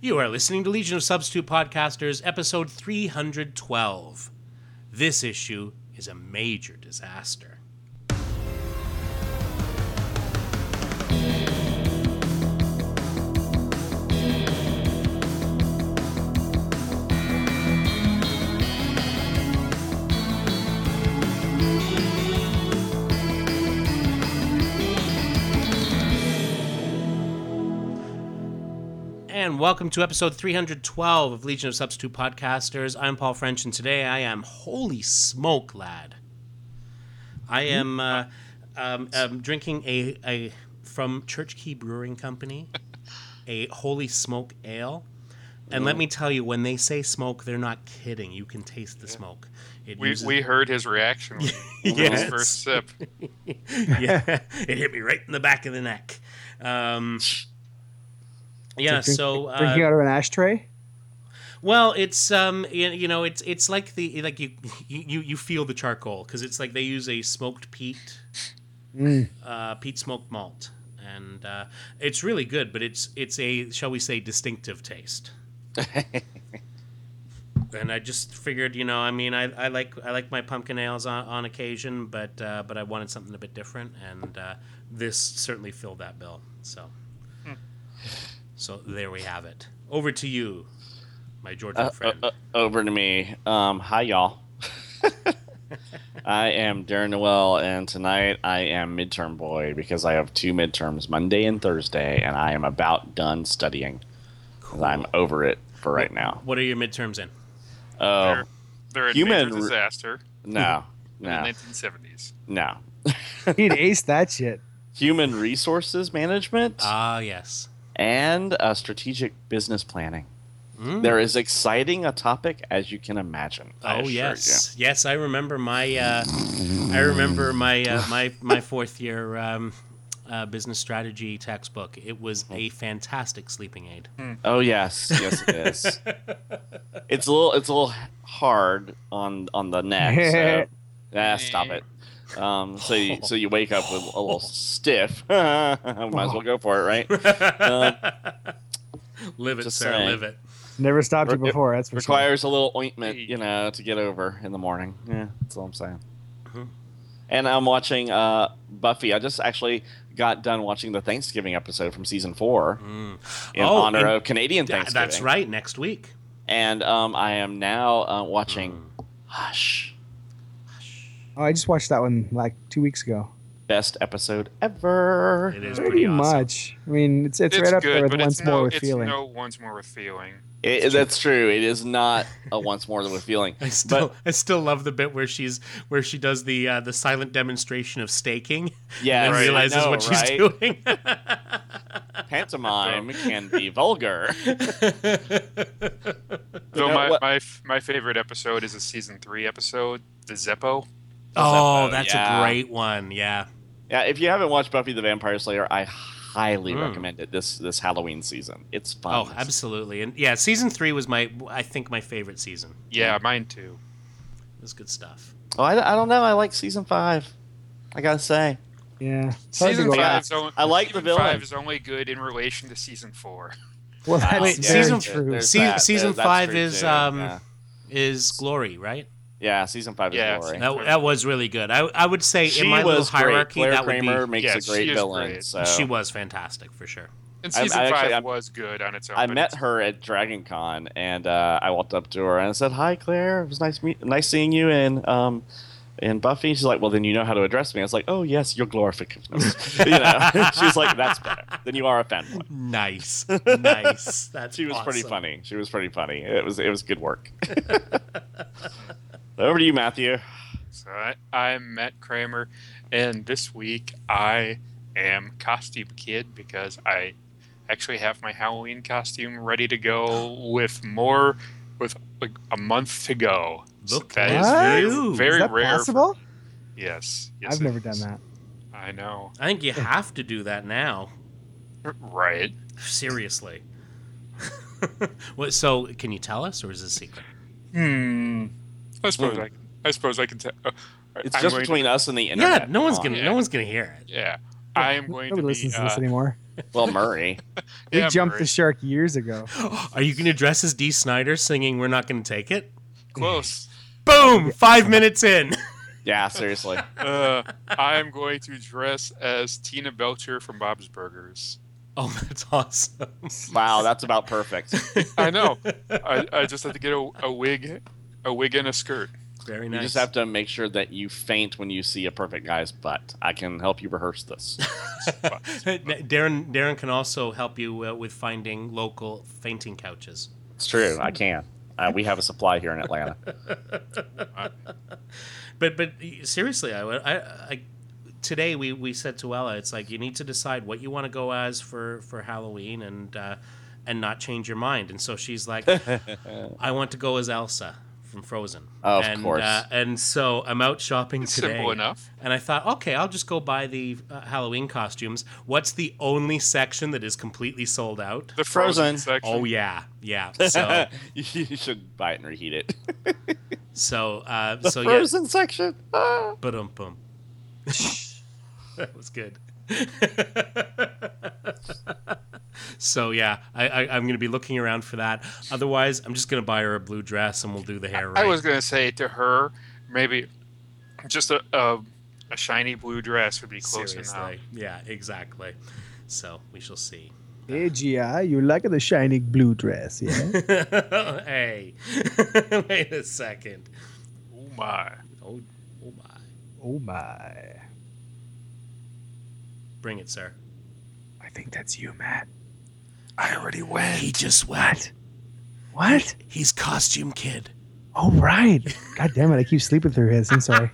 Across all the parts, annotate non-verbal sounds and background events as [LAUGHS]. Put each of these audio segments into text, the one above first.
You are listening to Legion of Substitute Podcasters, episode 312. This issue is a major disaster. And welcome to episode 312 of Legion of Substitute Podcasters. I'm Paul French, and today I am holy smoke, lad. I am uh, um, um, drinking a, a from Church Key Brewing Company a holy smoke ale. And let me tell you, when they say smoke, they're not kidding. You can taste the smoke. It We, uses- we heard his [LAUGHS] reaction when he took his Yes. first sip. [LAUGHS] Oh. [LAUGHS] yeah, it hit me right in the back of the neck. Um, yeah, drink- so uh, drinking out of an ashtray. [LAUGHS] Well, it's um, y- you know, it's it's like the like you [LAUGHS] you you feel the charcoal because it's like they use a smoked peat, uh, peat smoked malt, and uh, it's really good. But it's it's a shall we say distinctive taste. and I just figured, you know, I mean, I, I like I like my pumpkin ales on, on occasion, but uh, but I wanted something a bit different, and uh, this certainly filled that bill. So so there we have it. Over to you, my Georgian Uh, friend. uh, uh, over to me. Um, hi, y'all. [LAUGHS] I am Darren Noel, and tonight I am midterm boy because I have two midterms Monday and Thursday, and I am about done studying. 'Cause I'm over it for right now. What are your midterms in? Oh, They're, they're a Human major re- disaster no, in the no, 1970s. no. He'd ace that shit. Human resources management Ah, yes. and uh, strategic business planning. There is exciting a topic as you can imagine. I Mm. Oh assure yes, yes. I remember my, uh, I remember my uh, my my fourth year um, uh, business strategy textbook. It was a fantastic sleeping [LAUGHS] aid. Oh yes, yes [LAUGHS] it is. it's a little it's a little hard on on the neck. [LAUGHS] So, ah, stop it. Um, so you, so you wake up with [LAUGHS] a little stiff. [LAUGHS] Might as well go for it, right? Uh, Live it, Just sir. saying. Live it. Never stopped you Re- before. That's for Requires a little ointment, you know, to get over in the morning. Yeah, that's all I'm saying. Mm-hmm. And I'm watching uh, Buffy. I just actually got done watching the Thanksgiving episode from season four in Oh, honor and- of Canadian Th- Thanksgiving. That's right. Next week. And um, I am now uh, watching Mm. Hush. sure. Oh, I just watched that one like two weeks ago. best episode ever. It is Pretty, pretty awesome. much. I mean, it's it's, It's right up good, there with but once it's more no, with it's feeling. no once more with feeling. It- that's true. It is not a once more with feeling. [LAUGHS] I still, I still love the bit where she's where she does the uh, the silent demonstration of staking Yes, and I realizes know, what she's right? doing. [LAUGHS] Pantomime can be [LAUGHS] vulgar. Though know my, what- my f- my favorite episode is a season three episode, the Zeppo. oh, that's a yeah. great one. Yeah. Yeah, if you haven't watched Buffy the Vampire Slayer, I highly Mm. recommend it this this Halloween season. It's fun. Oh, absolutely. And yeah, season three was my I think my favorite season. Yeah, mine too. It was good stuff. Oh, I, I don't know. I like season five. I gotta say. yeah. It's hard to Season go five back. is on- I like the season villain. five is only good in relation to season four. [LAUGHS] Well, that's Wait, very season- true. There's Se- that. season There- that's five true, is, too. um, yeah. Is Glory right? Yeah, season five is Yeah, glory. it's- That that was really good. I I would say she in my little was hierarchy great. Claire that would Kramer be makes Yeah, a she great is villain. great. So she was fantastic for sure. And I- I season actually- five I'm- was good on its own. I but met it's- her at Dragon Con and uh, I walked up to her and I said, Hi Claire, it was nice meet- nice seeing you and um and Buffy, she's like, Well then you know how to address me. I was like, Oh yes, your glorification. [LAUGHS] you know. she was like, That's better. Then you are a fanboy. Nice, [LAUGHS] nice. That's She was pretty awesome. funny. She was pretty funny. It was it was good [LAUGHS] work. Over to you, Matthew. So I, I'm Matt Kramer, and this week I am Costume Kid because I actually have my Halloween costume ready to go [GASPS] with more, with like a month to go. Look that at is you. Is very, very is that rare. for- possible? yes, yes. I've it never is. done that. I know. I think you have to do that now. Right. Seriously. [LAUGHS] what? So can you tell us, or is it a secret? Hmm. I suppose Hmm. I. Can, I suppose I can tell. Uh, It's I'm just going to- between us and the internet. yeah, no one's Come gonna on. no one's gonna hear it. [GASPS] yeah. I am going Nobody to be. listens to this uh, anymore. Well, Murray. They Yeah, jumped the Marie. shark years ago. Are you going to dress as D. Snyder singing "We're Not Going to Take It"? Close. Boom! Five minutes in. [LAUGHS] Yeah, seriously. Uh, I am going to dress as Tina Belcher from Bob's Burgers. Oh, that's awesome. Wow, that's about perfect. I know. I, I just have to get a, a wig, a wig and a skirt. Very You nice. just have to make sure that you faint when you see a perfect guy's butt. I can help you rehearse [LAUGHS] this. [LAUGHS] Darren Darren can also help you uh, with finding local fainting couches. It's true. I can. Uh, we have a supply here in Atlanta. But but seriously, I I, I today we, we said to Ella, it's like you need to decide what you want to go as for for Halloween and uh, and not change your mind. And so she's like, [LAUGHS] I want to go as Elsa from Frozen. Oh, Of and, course. Uh, and so I'm out shopping today. Simple enough. And I thought, okay, I'll just go buy the uh, Halloween costumes. What's the only section that is completely sold out? The Frozen. frozen, section. Oh yeah, [LAUGHS] yeah. [LAUGHS] So you should buy it and [LAUGHS] reheat it. so uh, The so yeah. frozen section. Ah. [LAUGHS] But um bum. [LAUGHS] that was good. [LAUGHS] so yeah, I, I, I'm gonna be looking around for that. Otherwise, I'm just gonna buy her a blue dress and we'll do the hair. Right. I was gonna say to her, maybe just a a, a shiny blue dress would be close enough. seriously. Yeah, exactly. So we shall see. Hey, Gia, you like the shiny blue [LAUGHS] dress, yeah? [LAUGHS] hey, wait a second. Oh my! Oh, oh my! oh my. I Bring it, sir. think that's you, Matt. I already went. He just went. What? He's costume kid. Oh, right. God damn it. I keep sleeping through his. I'm sorry.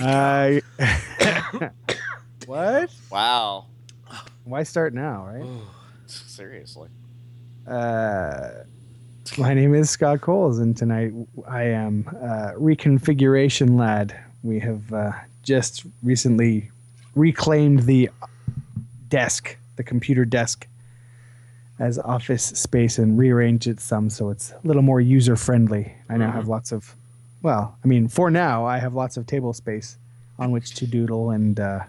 I. [COUGHS] what? wow. Why start now, right? Seriously. Uh, my name is Scott Coles, and tonight I am uh, Reconfiguration Lad. We have uh, just recently reclaimed the desk, the computer desk, as office space and rearranged it some so it's a little more user friendly. I now have lots of, well, I mean, for now, I have lots of table space on which to doodle and uh,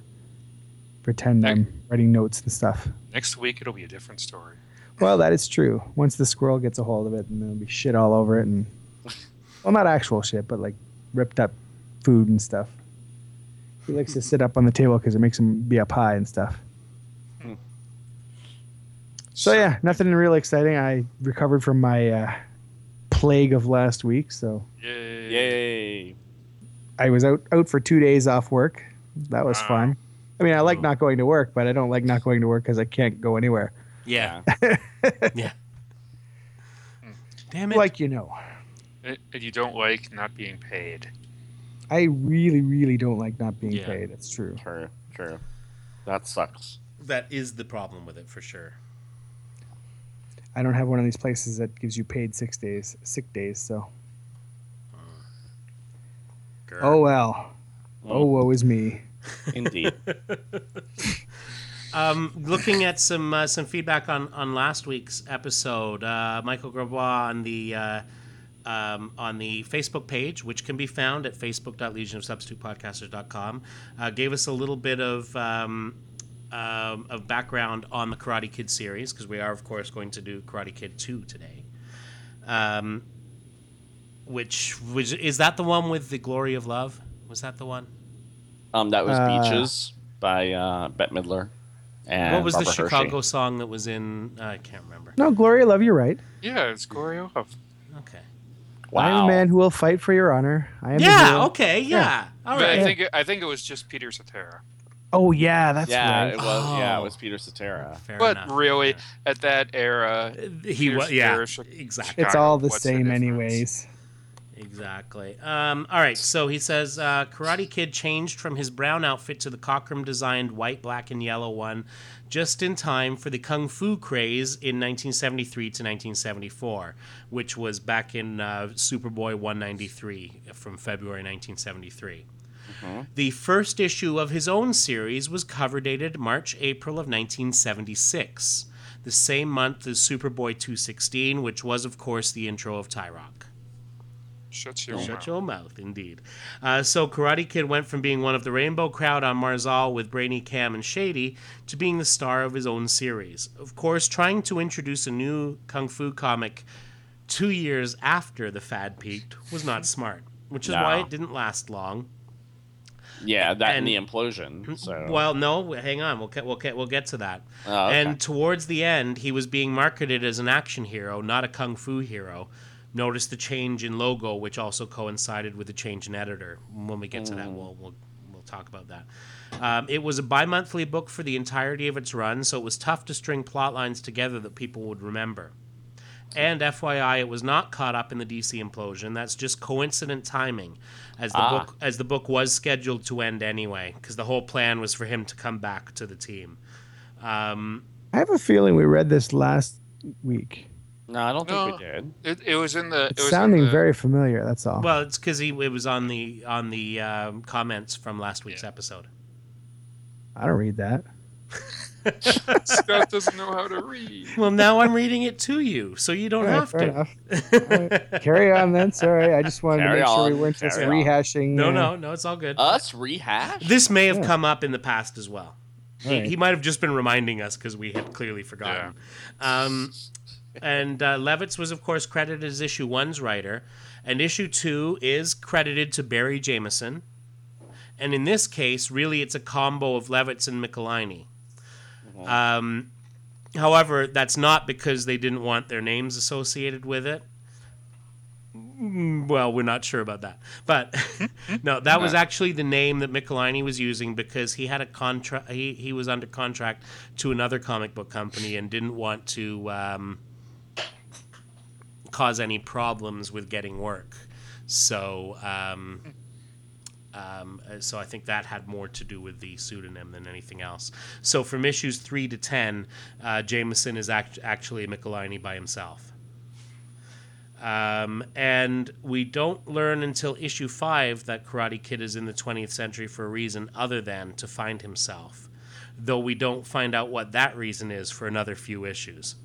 pretend I'm writing notes and stuff. Next week it'll be a different story. Well, that is true. Once the squirrel gets a hold of it, and there'll be shit all over it, and well, not actual shit, but like ripped up food and stuff. He likes to sit up on the table because it makes him be up high and stuff. So yeah, nothing real exciting. I recovered from my uh, plague of last week, so Yay! Yay. I was out out for two days off work. That was Wow. fun. I mean, I like not going to work, but I don't like not going to work because I can't go anywhere. Yeah, Hmm. yeah. Damn it! Like you know. And and you don't like not being paid. I really, really don't like not being Yeah. paid. It's true. True. True. That sucks. that is the problem with it for sure. I don't have one of these places that gives you paid six days, sick days. So, Grr. oh well. Oh, woe is me. Mm, Indeed. Um, looking at some uh, some feedback on, on last week's episode, uh, Michael Gravois on the uh, um, on the Facebook page, which can be found at facebook.legionofsubstitutepodcasters.com, uh, gave us a little bit of um, um, of background on the Karate Kid series because we are, of course, going to do Karate Kid two today. Um, which was is that the one with the glory of love? Was that the one? [LAUGHS] Um, that was Uh, Beaches by uh, Bette Midler. And what was the Barbara Hershey. Chicago song that was in? uh, I can't remember. No, Gloria, love you right. Yeah, it's Gloria. Of Okay. I am Wow. the man who will fight for your honor. I am. the hero. Yeah. Okay. Yeah. All But I right. think it, I think it was just Peter Cetera. Oh yeah, that's yeah, right. it was. Yeah, Oh. it was Peter Cetera. Fair But enough. Uh, really, at that era, he Peter was. Yeah. Cetera, Chi- Exactly. It's all the What's the same, difference? anyways. Exactly. Um, all right. So he says uh, Karate Kid changed from his brown outfit to the Cockrum designed white, black, and yellow one just in time for the Kung Fu craze in 1973 to 1974, which was back in uh, Superboy 193 from February 1973. The first issue of his own series was cover dated March April of 1976, the same month as Superboy 216, which was, of course, the intro of Tyrock. Shut your Shut mouth. your mouth, indeed. Uh, so Karate Kid went from being one of the rainbow crowd on Marzal with Brainy, Cam, and Shady to being the star of his own series. Of course, trying to introduce a new kung fu comic two years after the fad peaked was not smart, which is No. why it didn't last long. Yeah, that And- and, the implosion. So Mm-hmm. uh, Well, no, hang on. We'll get, we'll get, we'll get to that. Oh, okay. And towards the end, he was being marketed as an action hero, not a kung fu hero. Notice the change in logo, which also coincided with the change in editor. When we get to Mm. that, we'll, we'll, we'll talk about that. Um, it was a bi monthly book for the entirety of its run, so it was tough to string plot lines together that people would remember. And FYI, it was not caught up in the DC implosion. That's just coincident timing, as the Ah. book as the book was scheduled to end anyway, because the whole plan was for him to come back to the team. Um, I have a feeling we read this last week. no, I don't No. think we did. It, it was in the. It It's was in sounding [LAUGHS] the- very familiar. That's all. well, it's because he it was on the on the um, comments from last week's episode. I don't read that. Scott doesn't know how to read. [LAUGHS] Well, now I'm reading it to you, so you don't All right, have fair to. [LAUGHS] enough. All right, Carry on then. Sorry, I just wanted Carry to make on, sure we weren't just carry on. rehashing. No, uh, no, no, it's all good. Us rehash. this may have Yeah. come up in the past as well. He, Alright. he might have just been reminding us because we had clearly forgotten. Um, and uh, Levitz was, of course, credited as issue one's writer, and issue two is credited to Barry Jameson. And in this case, really, it's a combo of Levitz and Michelini. Um, however, that's not because they didn't want their names associated with it. Mm, Well, we're not sure about that, but [LAUGHS] no, that was actually the name that Michelini was using because he had a contract. He, he was under contract to another comic book company and didn't want to um, cause any problems with getting work. So, um, um, uh, so I think that had more to do with the pseudonym than anything else. So from issues three to ten, uh, Jameson is act- actually Michelini by himself. Um, and we don't learn until issue five that Karate Kid is in the 20th century for a reason other than to find himself, though we don't find out what that reason is for another few issues.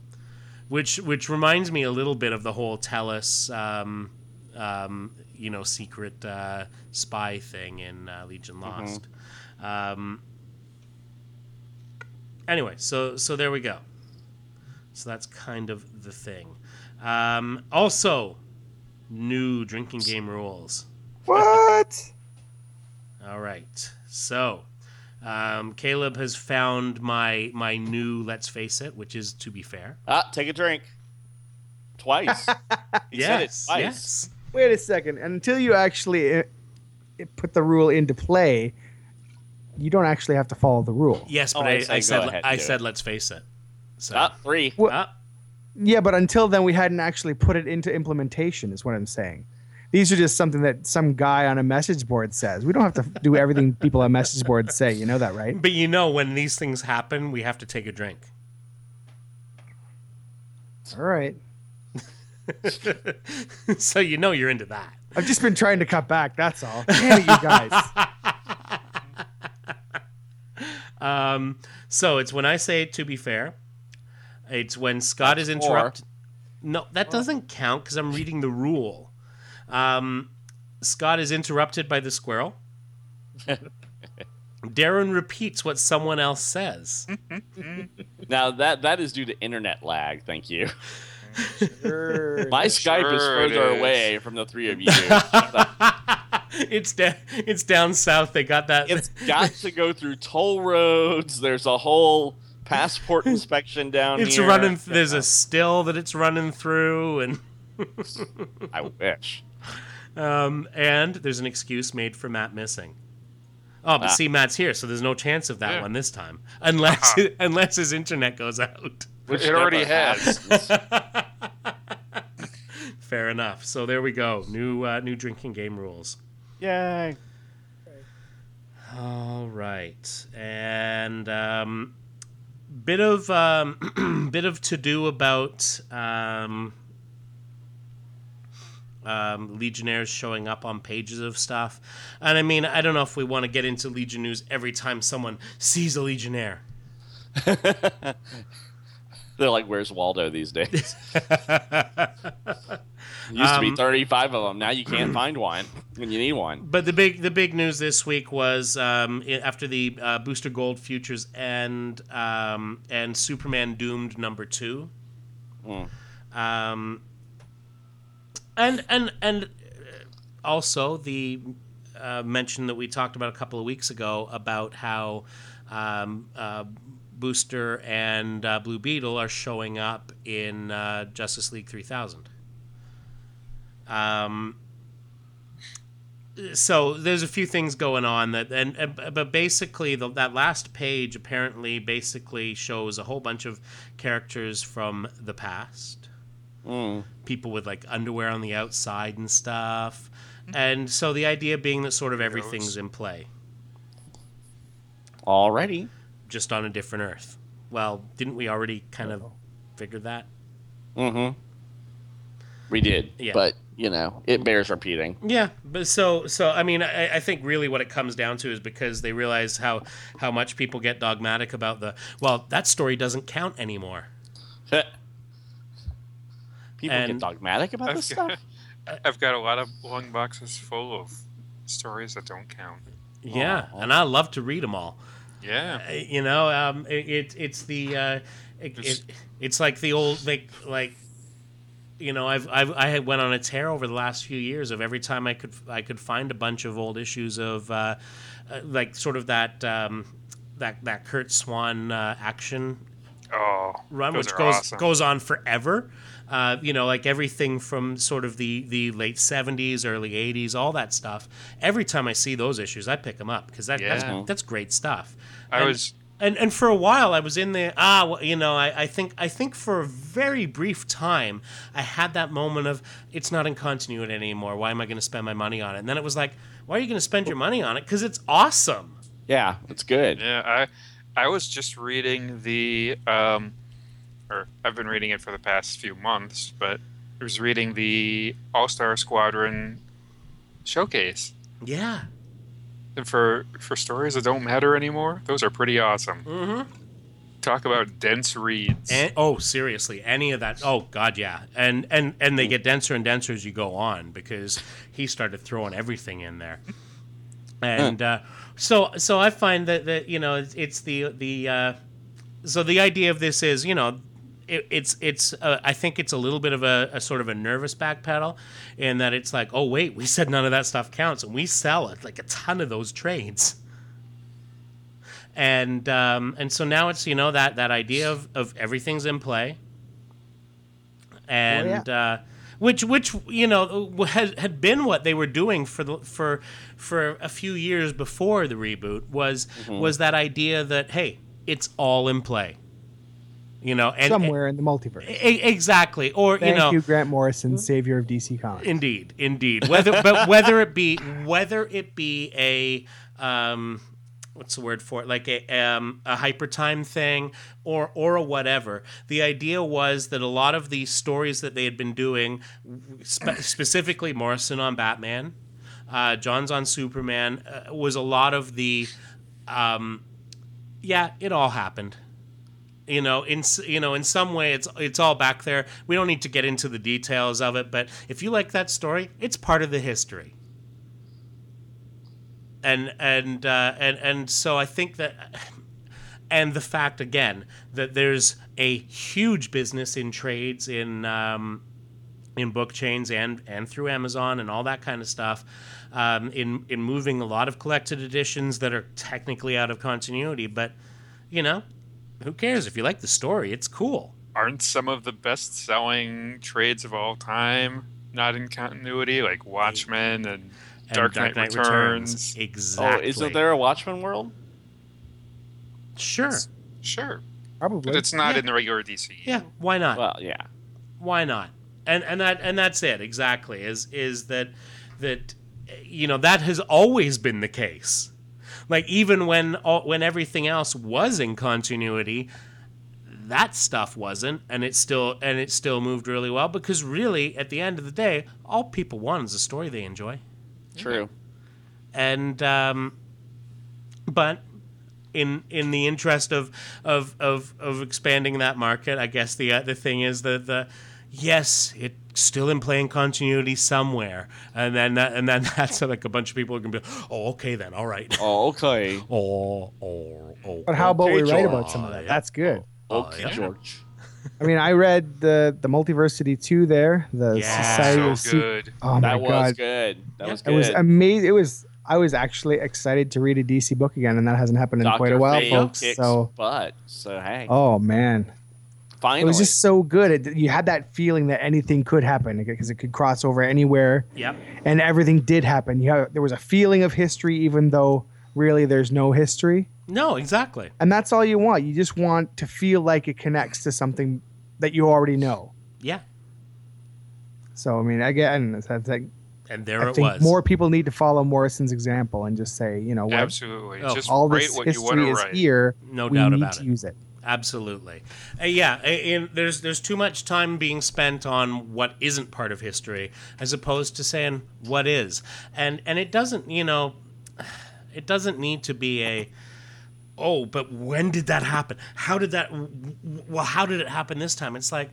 Which, which reminds me a little bit of the whole Tellus, um, um, you know, secret uh, spy thing in uh, Legion Lost. Um, anyway, so so there we go. So that's kind of the thing. Um, also, new drinking game rules. What? All right. So, um, Caleb has found my my new let's face it, which is to be fair. Ah, take a drink. [LAUGHS] Twice. He said it Yes. twice. Yes. Wait a second. Until you actually uh, uh, put the rule into play, you don't actually have to follow the rule. Yes, Oh, but I I, said I go said ahead, I do said let's face it. So Ah, three. Well- ah, Yeah, but until then, we hadn't actually put it into implementation, is what I'm saying. These are just something that some guy on a message board says. We don't have to do everything [LAUGHS] people on message boards say. You know that, right? but you know when these things happen, we have to take a drink. [LAUGHS] All right. so you know you're into that. I've just been trying to cut back. That's all. [LAUGHS] Damn it, you guys. Um, so it's when I say to be fair. It's when Scott is four. interrupted. No, that doesn't count because I'm reading the rule. Um, Scott is interrupted by the [LAUGHS] squirrel. Darren repeats what someone else [LAUGHS] says. Now that that is due to internet lag. Thank [LAUGHS] you. Sure. My Skype is Sure it further is. away from the three of you. [LAUGHS] it's da- it's down south. They got that. it's got to go through toll roads. There's a whole [LAUGHS] passport inspection down it's here. running. There's a still that it's running through, and I wish. um, and there's an excuse made for Matt missing. Oh, but Ah. see, Matt's here, so there's no chance of that Yeah. one this time, unless [LAUGHS] unless his internet goes out. [LAUGHS] Which It already never has. happens. Fair enough. So there we go. New uh, new drinking game rules. Yay. All right, and um, bit of um, [CLEARS THROAT] bit of to do about um, um, Legionnaires showing up on pages of stuff, and I mean I don't know if we want to get into Legion news every time someone sees a Legionnaire. They're like, "Where's Waldo [LAUGHS] these days?" Used to Um, be 35 of them. Now you can't find one when you need one. But the big the big news this week was um, i- after the uh, Booster Gold futures and um, and Superman Doomed number two. Um, and and and uh, also the uh, mention that we talked about a couple of weeks ago about how um, uh, Booster and uh, Blue Beetle are showing up in uh, Justice League three thousand. Um, so there's a few things going on that and, and but basically the, that last page apparently basically shows a whole bunch of characters from the past people with like underwear on the outside and stuff and so the idea being that sort of everything's in play Already, just on a different earth well didn't we already kind of figure that we did, Yeah. but you know, it bears repeating. [LAUGHS] Yeah, but so so I mean I, I think really what it comes down to is because they realize how how much people get dogmatic about the well that story doesn't count anymore. People And- get dogmatic [LAUGHS] about this stuff. I've got a lot of long boxes full of stories that don't count. Yeah, and I love to read them all. Yeah. Uh, You know, um, it, it it's the uh, it, it, it's like the old like like you know I've, I've I had went on a tear over the last few years of every time I could I could find a bunch of old issues of uh, uh, like sort of that um, that that Kurt Swan uh, action Oh, run, those which are goes awesome. goes on forever. Uh, you know, like everything from sort of the the late seventies, early eighties, all that stuff. Every time I see those issues, I pick them up because that, Yeah. that's that's great stuff. I And- was- and and for a while I was in there. Ah, well, you know, I, I think I think for a very brief time I had that moment of it's not in continuity anymore. Why am I going to spend my money on it? And then it was like, why are you going to spend your money on it? Because it's awesome. Yeah, it's good. Yeah, I I was just reading the um, or I've been reading it for the past few months, but I was reading the All Star Squadron showcase Yeah. and for for stories that don't matter anymore. Those are pretty awesome. Mm-hmm. Talk about dense reads. And, oh, seriously, any of that? Oh, God, yeah. And and and they get denser and denser as you go on because he started throwing everything in there. And uh, so so I find that that you know it's, it's the the uh, so the idea of this is you know. It, it's it's uh, I think it's a little bit of a, a sort of a nervous backpedal, in that it's like oh wait we said none of that stuff counts and we sell it like a ton of those trades and um, and so now it's you know that that idea of, of everything's in play, and uh, which which you know had, had been what they were doing for the, for for a few years before the reboot was Mm-hmm. was that idea that hey it's all in play, you know and somewhere in the multiverse. e- e- exactly or Thank you know Grant Morrison, savior of DC Comics. Indeed, indeed. Whether but whether it be whether it be a um, what's the word for it, like a um, a hyper time thing or or a whatever. The idea was that a lot of the stories that they had been doing, spe- specifically Morrison on Batman, uh, John's on Superman, uh, was a lot of the. Um, yeah, it all happened you know in s- you know in some way it's it's all back there we don't need to get into the details of it but if you like that story it's part of the history and and uh, and and so i think that and the fact again that there's a huge business in trades in um, in book chains and and through Amazon and all that kind of stuff. Um, in in moving a lot of collected editions that are technically out of continuity, but you know, who cares if you like the story? It's cool. Aren't some of the best selling trades of all time not in continuity, like Watchmen and, And Dark, Knight, Returns. Oh, Exactly. isn't there a Watchmen world? Sure. Sure, but Probably. it's not Yeah. in the regular DCU. Yeah. Why not? Well, yeah. why not and and that and that's it exactly is is that that you know that has always been the case like even when all, when everything else was in continuity that stuff wasn't and it still and it still moved really well because really at the end of the day all people want is a story they enjoy True. and um, but in in the interest of of of, of expanding that market, I guess the uh, the thing is that the yes, it still in playing continuity somewhere, and then that, and then [LAUGHS] that's like a bunch of people are gonna be, oh okay then, all right, [LAUGHS] Oh, okay. oh oh oh. But how about we Okay, write George. about some of that? That's good. Okay, yeah. George. I mean, I read the the Multiversity two there, the Yeah. Society so of Se- good. Oh my that was god, good. That was it good. was amazing. It was. I was actually excited to read a DC book again, and that hasn't happened in Dr. quite a while, Fate folks. kicks So, butt. So hey, oh man, finally, it was just so good. It, you had that feeling that anything could happen because it could cross over anywhere, Yep. and everything did happen. You have, there was a feeling of history, even though really there's no history. No, exactly. And that's all you want. You just want to feel like it connects to something that you already know. Yeah. So I mean, again, it's- it's like, And there I it think was. more people need to follow Morrison's example and just say, you know what, Absolutely. Oh. Just all write this what you want to history is write. here. No we doubt need about to it. use it. Absolutely. Uh, yeah, a- and there's there's too much time being spent on what isn't part of history as opposed to saying what is. And and it doesn't, you know, it doesn't need to be a oh, but when did that happen? How did that w- w- well, how did it happen this time? It's like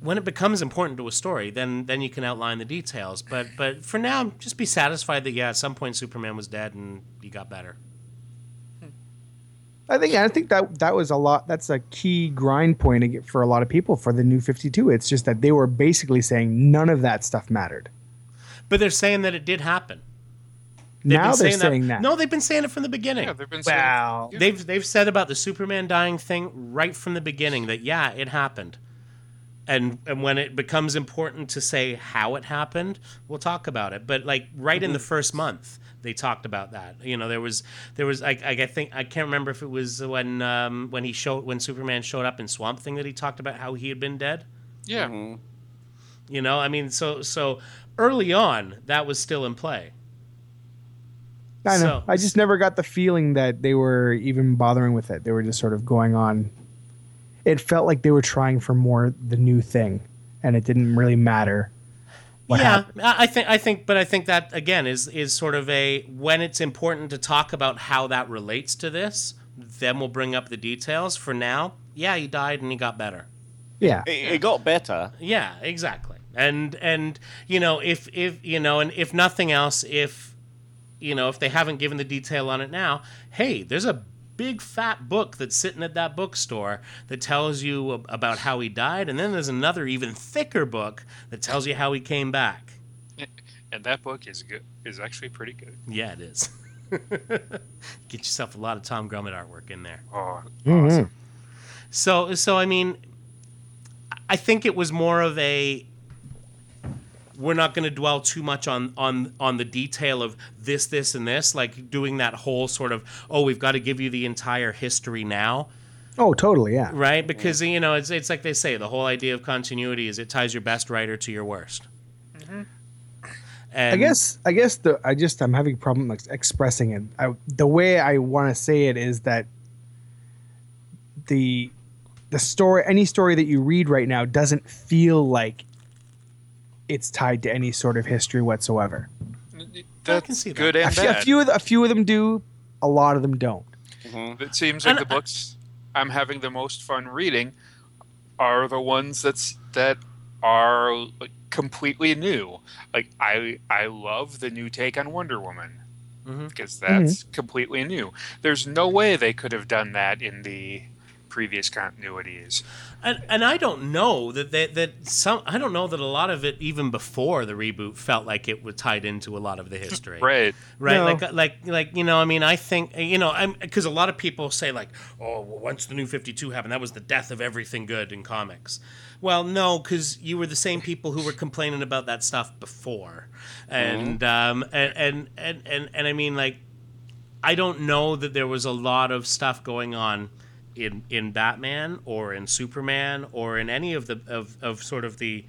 when it becomes important to a story, then then you can outline the details. But but for now, just be satisfied that yeah, at some point Superman was dead and he got better. I think I think that that was a lot. That's a key grind point ag- for a lot of people for the new Fifty Two. It's just that they were basically saying none of that stuff mattered. But they're saying that it did happen. They've now been they're saying that. No, they've been saying it from the beginning. Yeah, they've been saying. wow. Yeah. They've they've said about the Superman dying thing right from the beginning that yeah, it happened. And and when it becomes important to say how it happened, we'll talk about it. But like right in the Mm-hmm. first month, they talked about that. You know, there was there was like I, I think I can't remember if it was when um, when he showed when Superman showed up in Swamp Thing that he talked about how he had been dead. Yeah. Mhm. You know, I mean, so so early on that was still in play. I know. So- I just never got the feeling that they were even bothering with it. They were just sort of going on. It felt like they were trying for more the new thing, and it didn't really matter. What yeah, happened. I I think I think, but I think that again is is sort of a when it's important to talk about how that relates to this, then we'll bring up the details. For now, yeah, he died and he got better. Yeah. It, it got better. Yeah, exactly. And and you know if if you know and if nothing else, if you know if they haven't given the detail on it now, hey, there's a big fat book that's sitting at that bookstore that tells you ab- about how he died, and then there's another even thicker book that tells you how he came back. And that book is good. Is actually pretty good. Yeah, it is. [LAUGHS] Get yourself a lot of Tom Grummett artwork in there. Oh, Mhm. awesome. So, so I mean, I think it was more of a. We're not going to dwell too much on on on the detail of this, this, and this. Like doing that whole sort of oh, we've got to give you the entire history now, Oh, totally. Yeah. right? Because you know, it's it's like they say the whole idea of continuity is it ties your best writer to your worst. And I guess I guess the I just I'm having a problem ex- expressing it. I, the way I want to say it is that the the story any story that you read right now doesn't feel like it's tied to any sort of history whatsoever. That's see that. good A and few, a bad. few of the, a few of them do, a lot of them don't. Mm-hmm. It seems like And the books I'm having the most fun reading are the ones that's that are like, completely new. Like I I love the new take on Wonder Woman Mhm. because that's Mm-hmm. completely new. There's no way they could have done that in the previous continuities. And, and I don't know that they, that some I don't know that a lot of it even before the reboot felt like it was tied into a lot of the history, Right. Right? No. Like uh, like like you know I mean I think uh, you know I'm because a lot of people say like oh well, once the new Fifty Two happened that was the death of everything good in comics. Well, no, because you were the same people who were complaining about that stuff before, and um and and and and, and I mean like I don't know that there was a lot of stuff going on in in Batman or in Superman or in any of the of, of sort of the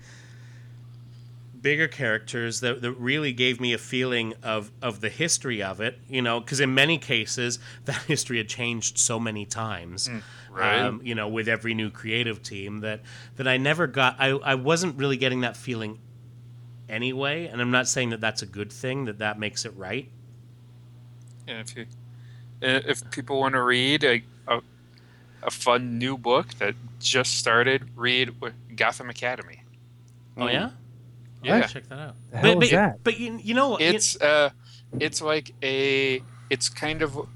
bigger characters that, that really gave me a feeling of of the history of it you know because in many cases [LAUGHS] that history had changed so many times Mm, Right. um, you know with every new creative team that that I never got I, I wasn't really getting that feeling anyway and I'm not saying that that's a good thing that that makes it right And if you uh, if people want to read a, a a fun new book that just started, read Gotham Academy. Oh yeah, Yeah, I'll check that out. The hell but, is but- that? But you, you know, you- it's uh, it's like a, it's kind of,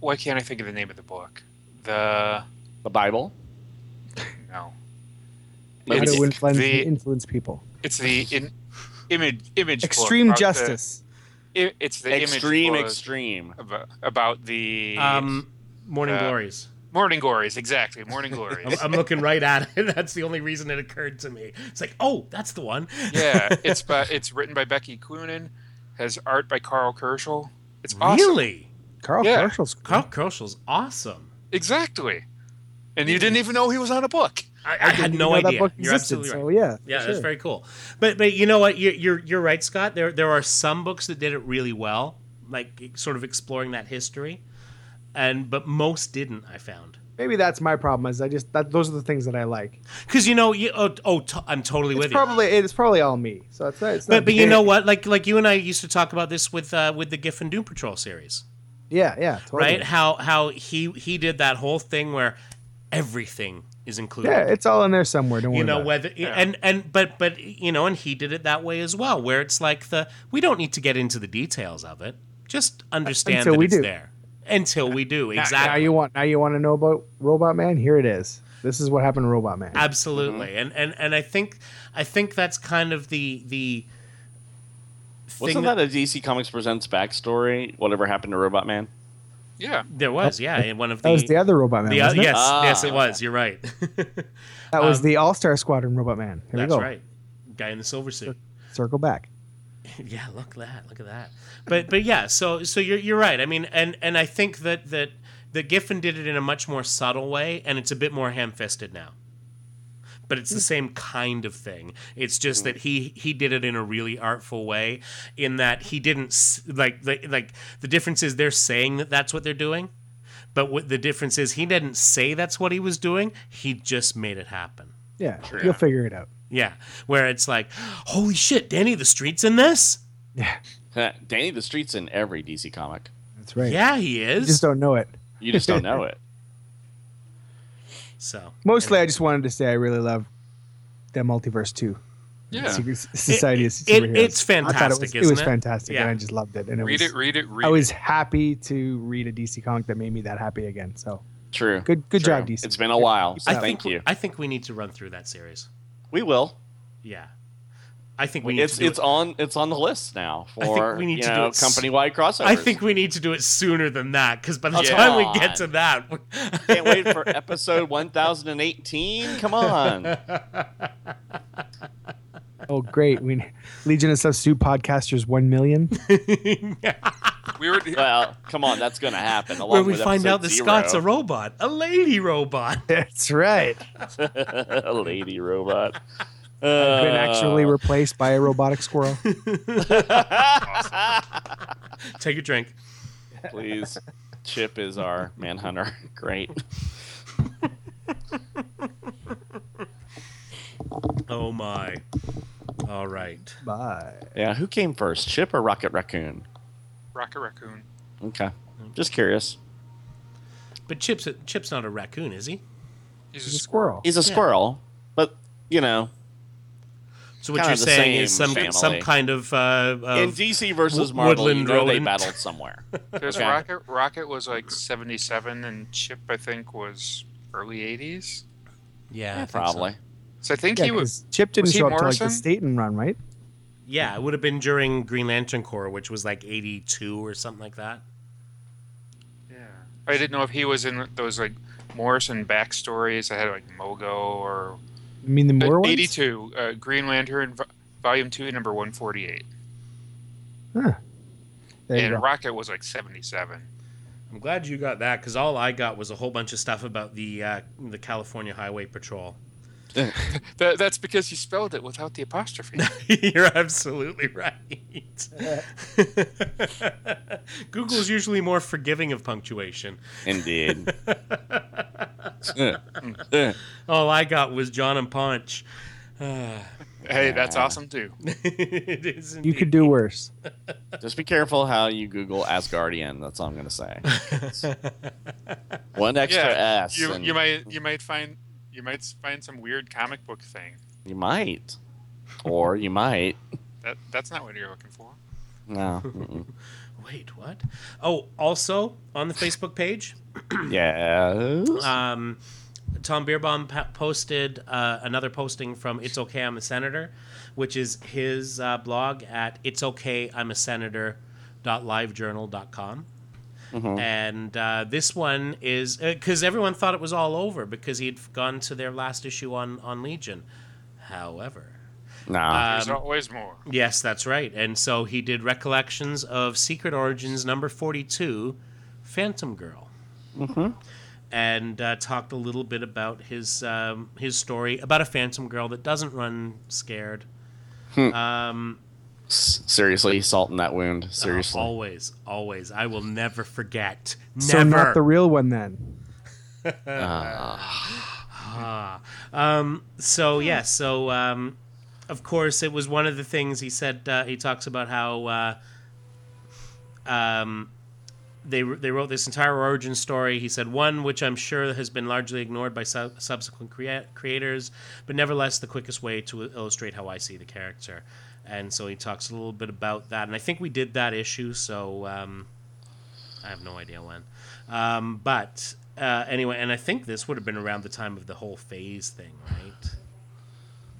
why can't I think of the name of the book? The The Bible. no, How it's to influence, the- influence people. it's the in, image image book Extreme about the- justice. i- it's the extreme, image book extreme. About, about the um, Morning Uh, Glories. morning glories exactly morning glories. [LAUGHS] I'm, I'm looking right at it. [LAUGHS] That's the only reason it occurred to me. It's like, oh, that's the one. [LAUGHS] yeah, it's by, it's written by Becky Cloonan, has art by Carl Kerschel. It's awesome. really. Carl Yeah. Kerschel's cool. Carl Kerschel's awesome. Exactly. And you didn't even know he was on a book. I, I, had Didn't no know idea. That book You're existed, absolutely right. So yeah, Yeah, sure. that's very cool. But but you know what? You're, you're you're right, Scott. There there are some books that did it really well, like e, sort of exploring that history, and but most didn't. I found Maybe that's my problem. Is I just that those are the things that I like. because you know you oh, oh t- I'm totally It's with you. probably it's probably all me. So it's not, it's But not but you big. know what? Like like you and I used to talk about this with uh, with the Giffen Doom Patrol series. yeah, yeah, totally. right? How how he he did that whole thing where everything is included. Yeah, it's all in there somewhere. Don't worry. you know about it. whether and and but but you know, and he did it that way as well, where it's like the we don't need to get into the details of it. Just understand Until that we it's do. there until we do now exactly. Now you want now you want to know about Robot Man? Here it is. This is what happened to Robot Man. Absolutely, Mm-hmm. and and and I think I think that's kind of the the. Wasn't that a DC Comics Presents backstory? Whatever happened to Robot Man? Yeah. there was? Yeah, in one of the Oh, that was the other Robot Man. the wasn't oth- it? yes Ah. yes it was. You're right. [LAUGHS] that was the All Star Squadron Robot Man. Here that's we go. right. Guy in the silver suit. Circle back. [LAUGHS] Yeah, look at that. Look at that. But but yeah, so so you're you're right. I mean, and and I think that that that Giffen did it in a much more subtle way, and it's a bit more ham-fisted now. But it's the Hmm. same kind of thing. It's just that he he did it in a really artful way, in that he didn't s- like like, like the difference is they're saying that that's what they're doing, but what the difference is he didn't say that's what he was doing. He just made it happen. Yeah, you'll figure it out. Yeah, where it's like, holy shit, Danny, the streets in this. Yeah, Danny the Street's in every DC comic. that's right. Yeah, he You is. just don't know it. You just don't know it. So Mostly, I just wanted to say I really love the multiverse too. Yeah. Secret Society of it- Superheroes. it's I thought it fantastic, was, isn't was it? fantastic, Yeah. and I just loved it. And it Read was, it, read it, read I was it. happy to read a DC comic that made me that happy again. So True. good, good True. job, DC. It's been a while. So I thank think you. I think we need to run through that series. we will. Yeah, I think we need It's to. Do it's it. on it's on the list now think for we need you to do know it s- company wide crossovers. I think we need to do it sooner than that because by the Oh, time come we get to on. that, [LAUGHS] can't wait [LAUGHS] for episode 1018. Come on. Oh, great! We Legion of Substitute Podcasters one million. We were Well, come on. That's going to happen. Along where we with find out episode that zero. Scott's a robot, a lady robot. [LAUGHS] That's right. a [LAUGHS] lady robot. Been actually Uh, replaced by a robotic squirrel. [LAUGHS] Take a drink. please. Chip is [LAUGHS] our manhunter. [LAUGHS] Great. Oh my! All right. Bye. Yeah, who came first, Chip or Rocket Raccoon? Rocket Raccoon. Okay, just curious. But Chip's a, Chip's not a raccoon, is he? He's It's a a squirrel. He's a squirrel, but you know, So what Kinda you're the saying is same some family. some kind of, uh, in of DC versus Wo- Marvel, you woodland know they rodent. battled somewhere. Because Okay. Rocket Rocket was like seventy seven and Chip I think was early eighties. yeah, [LAUGHS] I think so. Probably. So I think Yeah, he was 'cause Chip didn't was he show up till like Morrison? the Staten run, right? Yeah, it would have been during Green Lantern Corps, which was like 82 or something like that. Yeah. I didn't know if he was in those like Morrison backstories that had like Mogo or I mean, the Moore ones. eighty two, uh, Green Lantern vo- volume two, number one forty eight. There you And go. Rocket was like seventy seven. I'm glad you got that because all I got was a whole bunch of stuff about the uh, the California Highway Patrol. [LAUGHS] That, that's because you spelled it without the apostrophe. You're absolutely right. [LAUGHS] Google's usually more forgiving of punctuation. Indeed. [LAUGHS] [LAUGHS] Eh, All I got was John and Punch. [LAUGHS] Hey, that's awesome too. it is You could do worse. Just be careful how you Google Asgardian. That's all I'm gonna say. One extra yeah, S. you, and you might you might find you might find some weird comic book thing. You might. Or you might. That that's not what you're looking for. No. [LAUGHS] mm-mm. Wait, what? Oh, also on the Facebook page, yes. um, Tom Beerbaum pa- posted uh, another posting from It's Okay, I'm a Senator, which is his uh, blog at It's Okay, I'm a Senator. livejournal.com. And uh, this one is because everyone thought it was all over because he'd gone to their last issue on, on Legion. However, no. There's Um, always more. Yes, that's right. And so he did Recollections of Secret Origins number 42, Phantom Girl. Mm-hmm. And uh, talked a little bit about his um, his story about a phantom girl that doesn't run scared. S- seriously, salt in that wound. Seriously. always, always. I will never forget. Never. So not the real one then. Um, so yeah so um, of course it was one of the things he said uh, he talks about how uh, um, they, they wrote this entire origin story he said one which i'm sure has been largely ignored by sub- subsequent crea- creators but nevertheless the quickest way to illustrate how i see the character and so he talks a little bit about that and i think we did that issue so um, I have no idea when. Um, but uh, anyway, and I think this would have been around the time of the whole phase thing, right?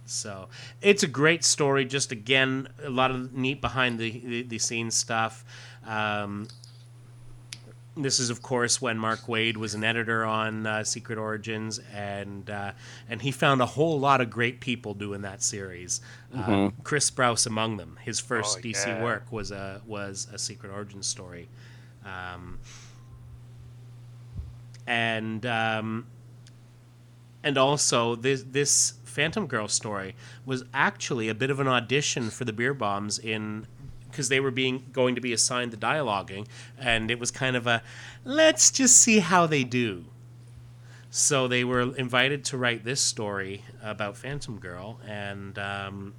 So it's a great story. Just again, a lot of neat behind the the, the scenes stuff. Um, this is, of course, when Mark Wade was an editor on uh, Secret Origins, and uh, and he found a whole lot of great people doing that series. Uh, Chris Sprouse among them. His first Oh, DC yeah. work was a was a Secret Origins story. Um, and um, and also this this Phantom Girl story was actually a bit of an audition for the Beer Bombs in because they were being going to be assigned the dialoguing, and it was kind of a let's just see how they do. So they were invited to write this story about Phantom Girl, and um,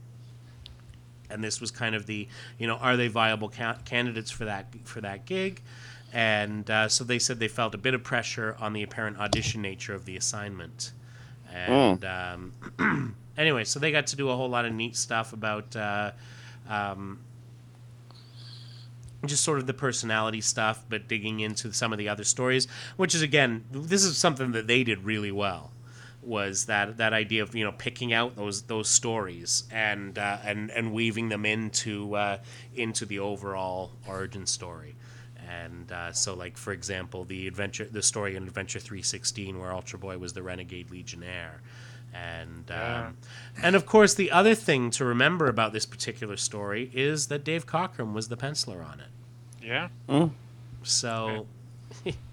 and this was kind of the you know are they viable ca- candidates for that for that gig and uh, so they said they felt a bit of pressure on the apparent audition nature of the assignment and um, [CLEARS THROAT] anyway so they got to do a whole lot of neat stuff about uh, um, just sort of the personality stuff but digging into some of the other stories which is again this is something that they did really well was that that idea of you know picking out those those stories and uh, and and weaving them into uh, into the overall origin story. And uh, so, like for example, the adventure, the story in Adventure Three Sixteen, where Ultra Boy was the renegade legionnaire, and um, and of course, the other thing to remember about this particular story is that Dave Cockrum was the penciler on it. Yeah. So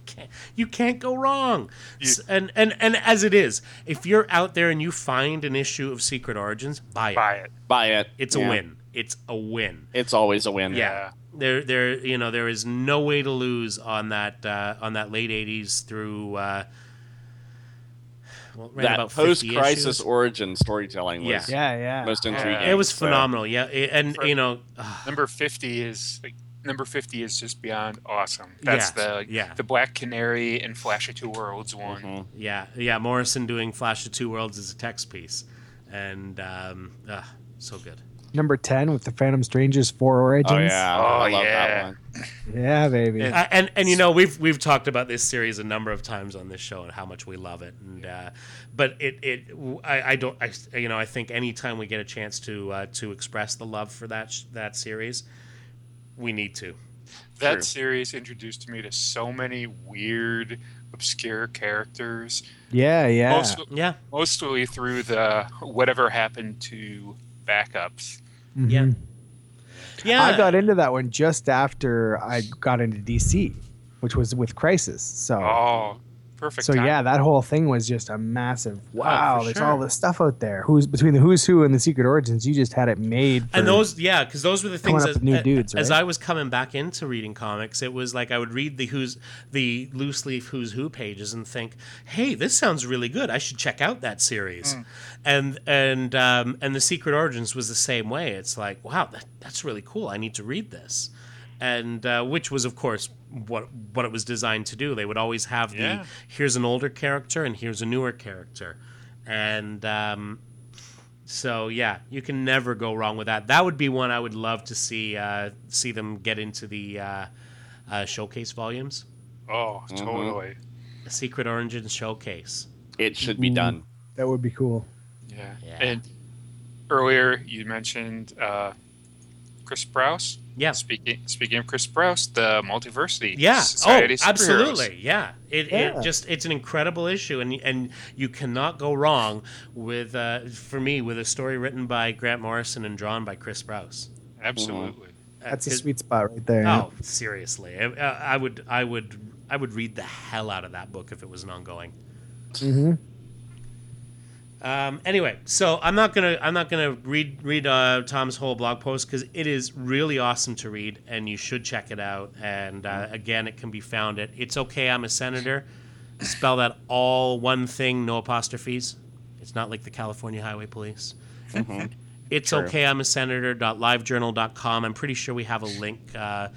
can't- [LAUGHS] you can't go wrong. You- S- and, and and as it is, if you're out there and you find an issue of Secret Origins, buy it. Buy it. Buy it. oh, It's Yeah. a win. It's a win. It's always a win. Yeah. There there you know there is no way to lose on that uh, on that late 80s through uh well, right that about 50 post-crisis issues. origin storytelling was Yeah. Yeah, yeah. most intriguing. Yeah. it was so- phenomenal. Yeah, it- and For- you know, ah, Number fifty is like number fifty is just beyond awesome. That's Yeah, the yeah. Mm-hmm. the Black Canary and Flash of Two Worlds one. Mhm. yeah, yeah, Morrison doing Flash of Two Worlds is a text piece and um ah, so good. Number 10 with the Phantom Strangers 4 Origins. Oh yeah, Oh, I love yeah. that one. Yeah, baby. Yeah. Uh, and and you know we've we've talked about this series a number of times on this show and how much we love it and uh, but it it w- I, I don't I s- you know I think anytime we get a chance to uh, to express the love for that sh- that series we need to That True. series introduced me to so many weird, obscure characters. Yeah, yeah. Most, yeah mostly through the whatever happened to backups. yeah yeah Mm-hmm. I got into that one just after I got into DC, which was with Crisis. So Oh, Perfect. So time. yeah, that whole thing was just a massive wow. for there's sure. all this stuff out there. Who's between the who's who and the secret origins? You just had it made. For, and those yeah because those were the Coming things up as, with new a- dudes, as right? i was coming back into reading comics it was like i would read the who's the loose leaf who's who pages and think hey this sounds really good i should check out that series and and um, and the secret origins was the same way it's like wow that, that's really cool i need to read this and uh, which was of course what what it was designed to do they would always have Yeah. the here's an older character and here's a newer character and um, so yeah, you can never go wrong with that. That would be one I would love to see uh, see them get into the uh, uh, showcase volumes, Oh, Mhm. totally. Secret Origin Showcase. It should be done. that would be cool. Yeah. Yeah. And earlier you mentioned uh, Chris Sprouse. Yeah, Speaking speaking of Chris Sprouse, the Multiversity. yeah. Oh, Society of Superheroes. absolutely. Yeah. It, Yeah. it just it's an incredible issue, and and you cannot go wrong with uh, for me with a story written by Grant Morrison and drawn by Chris Sprouse. Mm-hmm. Absolutely. Uh, That's a his- sweet spot right there. yeah. Oh, seriously. I, uh, I would I would I would read the hell out of that book if it was an ongoing. Mhm. Um, anyway, so I'm not gonna I'm not gonna read read uh, Tom's whole blog post because it is really awesome to read and you should check it out. And uh, again, it can be found at It's Okay I'm a Senator. Spell that all one thing, no apostrophes. It's not like the California Highway Police. It's True. okay. I'm a senator.livejournal.com. I'm pretty sure we have a link uh,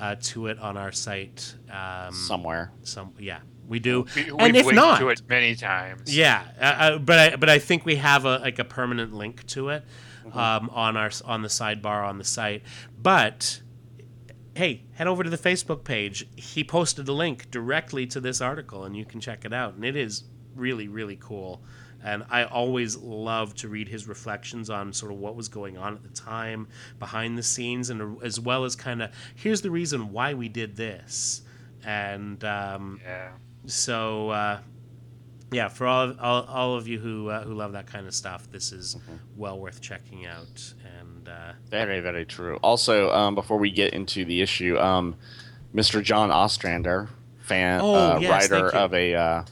uh, to it on our site. Um, Mm-hmm. Somewhere. some, yeah, we do. We, we've and if linked not, to it many times. yeah, uh, uh, but I, but I think we have a like a permanent link to it um, on our on the sidebar on the site. But hey, head over to the Facebook page. He posted a link directly to this article, and you can check it out. And it is really really cool. And I always love to read his reflections on sort of what was going on at the time, behind the scenes, and uh, as well as kind of here's the reason why we did this. And um, Yeah. so uh, yeah for all, all, all of you who uh, who love that kind of stuff this is well worth checking out and uh, Very, very true. Also, um, before we get into the issue, um, Mr. John Ostrander, fan Oh, uh, yes, writer thank you. of a uh,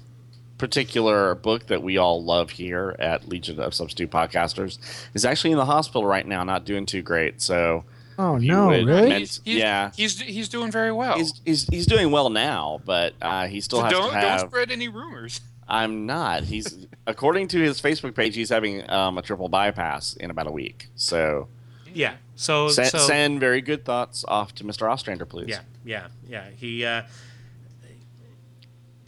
particular book that we all love here at Legion of Substitute Podcasters, is actually in the hospital right now, not doing too great. So Oh you no, would really? men- He's, he's, yeah. He's he's doing very well. he's, he's he's doing well now, but uh, he still Oh. so has don't to have. don't spread any rumors. I'm not. He's according to his Facebook page, he's having um, a triple bypass in about a week. So, yeah so, sen- so send very good thoughts off to Mr. Ostrander, please. yeah yeah yeah he uh,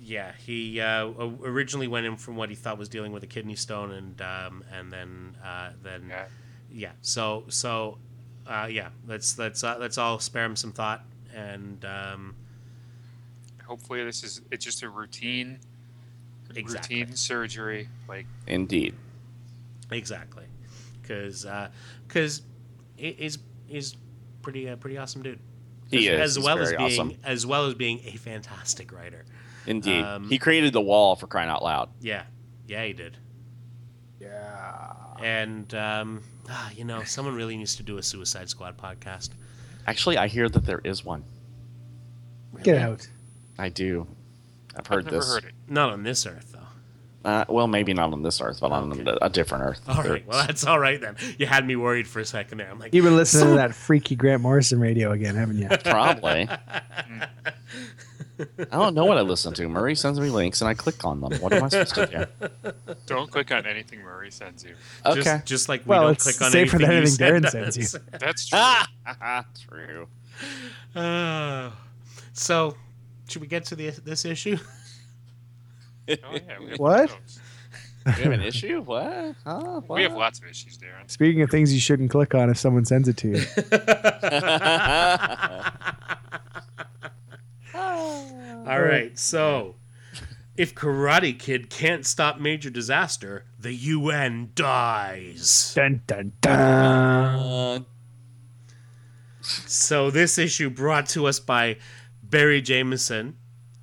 yeah he uh, o- originally went in from what he thought was dealing with a kidney stone and um, and then uh, then Mm. Yeah. yeah so so uh, yeah let's let's uh, let's all spare him some thought and um, Hopefully this is it's just a routine Exactly. routine surgery. Like Indeed. Exactly, because because he he's he's pretty uh, pretty awesome dude. He as, as is. He's well as very being awesome. as well as being a fantastic writer. Indeed. Um, he created the wall for crying out loud. Yeah, yeah, he did. Yeah. And um, ah, you know, someone really needs to do a Suicide Squad podcast. Actually, I hear that there is one. Get out. I do. I've heard I've never this. heard it. Not on this earth, though. Uh, well, maybe not on this earth, but on Okay. a different earth. All There- right, well, that's all right then. You had me worried for a second there. I'm like, You've been listening to that freaky Grant Morrison radio again, [LAUGHS] haven't you? Probably. I don't know what I listen to. Murray sends me links, and I click on them. What am I supposed to [LAUGHS] do? Don't click on anything Murray sends you. Okay. just, just like we Well, don't it's click on safer anything, than you anything send Darren sends us. you. That's [LAUGHS] true. Oh, ah, true. [LAUGHS] Ah. so, should we get to the, this issue? Oh, yeah, we have What? those. We have an issue? What? Huh? We have [LAUGHS] What? lots of issues, Darren. Speaking of things you shouldn't click on if someone sends it to you. All right, so if Karate Kid can't stop major disaster, the UN dies. dun dun dun. [LAUGHS] Uh, So this issue brought to us by Barry Jameson,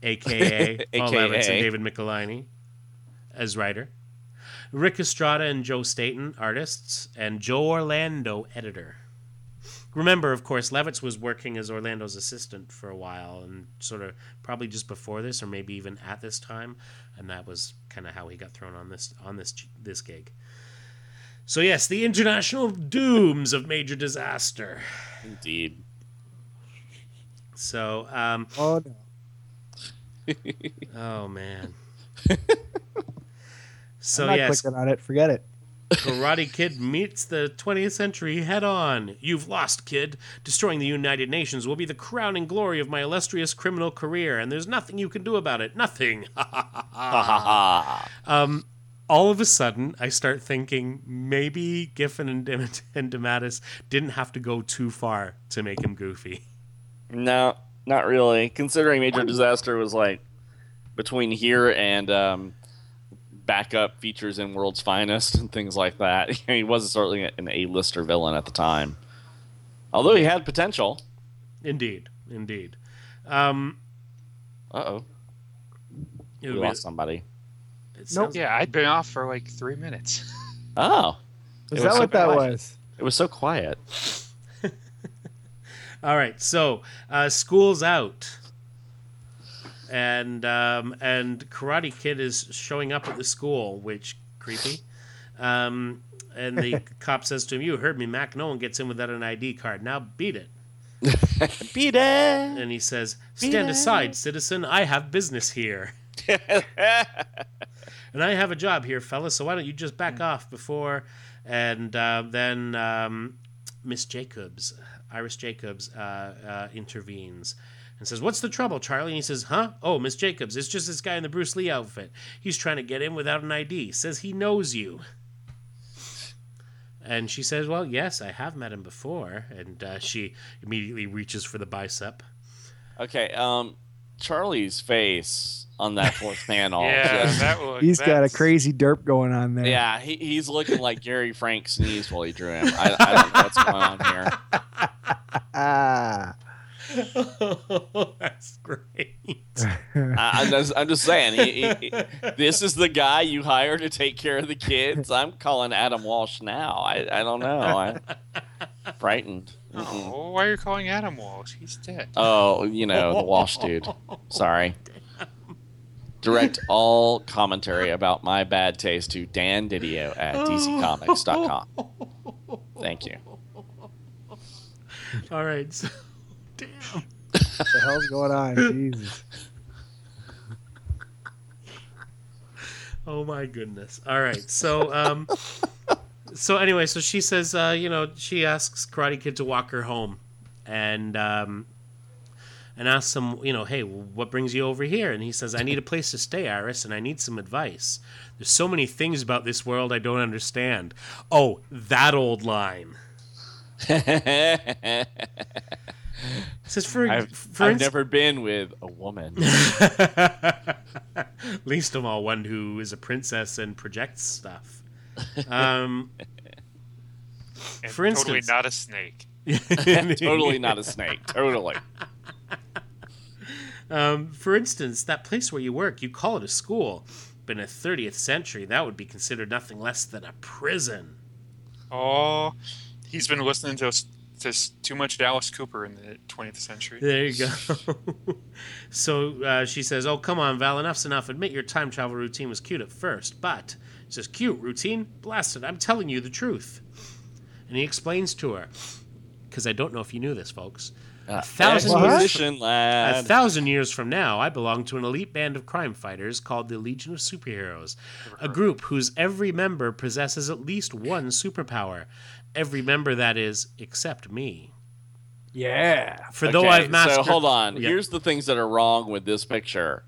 aka Paul AKA. Evans and David Michelini, as writer. Rick Estrada and Joe Staten, artists, and Joe Orlando, editor. remember, of course, Levitz was working as Orlando's assistant for a while, and sort of probably just before this, or maybe even at this time, and that was kind of how he got thrown on this on this this gig. So yes, the international dooms of major disaster. Indeed. So, um, Oh no. oh [LAUGHS] man. I'm So not yes, clicking on it. Forget it. Karate Kid meets the 20th century head on. You've lost, kid. Destroying the United Nations will be the crowning glory of my illustrious criminal career, and there's nothing you can do about it. [LAUGHS] Nothing. [LAUGHS] Ha ha ha. All of a sudden, I start thinking maybe Giffen and, Dim- [LAUGHS] and Dematis didn't have to go too far to make him goofy. [LAUGHS] No, not really. Considering Major Disaster was like between here and um, backup features in World's Finest and things like that. [LAUGHS] he wasn't certainly an A-lister villain at the time, although he had potential. Indeed. Indeed. Um, Uh oh, It we would be- lost somebody. it Nope. sounds- Yeah, I'd been off for like three minutes. [LAUGHS] Oh, Was It that was what that surprising. was? it was so quiet. All right, so uh, school's out, and um, and Karate Kid is showing up at the school, which creepy. Um, and the cop says to him, "You heard me, Mac. No one gets in without an ID card. Now beat it." Beat it. And he says, "Stand it. aside, citizen. I have business here, and I have a job here, fella. So why don't you just back off before?" And uh, then um, Miss Jacobs, Iris Jacobs, uh, uh, intervenes and says, "What's the trouble, Charlie?" And he says, "Huh? Oh, Miss Jacobs, it's just this guy in the Bruce Lee outfit. He's trying to get in without an ID. Says he knows you." And she says, "Well, yes, I have met him before." And uh, she immediately reaches for the bicep. Okay, um, Charlie's face on that fourth panel. yeah, just- that was. He's got a that's- crazy derp going on there. yeah, he, he's looking like Gary Frank sneezed while he drew him. I, I don't know what's going on here. Ah. [LAUGHS] [LAUGHS] that's great. I, I'm, just, I'm just saying, he- [LAUGHS] he- he- this is the guy you hire to take care of the kids. I'm calling Adam Walsh now. I, I don't know. I'm frightened. Mm-mm. Oh, why are you calling Adam Walsh? He's dead. Oh, you know, the Walsh dude. Sorry. Direct all commentary about my bad taste to Dan Didio at DCComics.com. Thank you. [LAUGHS] All right. So, damn. What the hell's going on? Jesus. Oh my goodness. All right. So um so anyway, so she says uh you know, she asks Karate Kid to walk her home and um and asks him, you know, hey, what brings you over here? And he says, I need a place to stay, Iris, and I need some advice. There's so many things about this world I don't understand. Oh, that old line. Says for I've, for I've instance- never been with a woman. [LAUGHS] least of all one who is a princess and projects [LAUGHS] stuff. Um, And for instance- totally not a snake. totally not a snake. Totally. Um, for instance, that place where you work, you call it a school, but in a 30th century, that would be considered nothing less than a prison. Oh, he's been listening to, to s- too much Dallas Cooper in the 20th century. There you go. [LAUGHS] so uh, she says, "Oh, come on, Val. Enough's enough. Admit your time travel routine was cute at first, but it's just cute routine. Blast it! I'm telling you the truth." And he explains to her, because I don't know if you knew this, folks. a thousand What? years. Uh, Exposition, A lad. thousand years from now, I belong to an elite band of crime fighters called the Legion of Superheroes, a group whose every member possesses at least one superpower. Every member, that is, except me. Yeah. For though I've mastered. so hold on. Yeah. Here's the things that are wrong with this picture: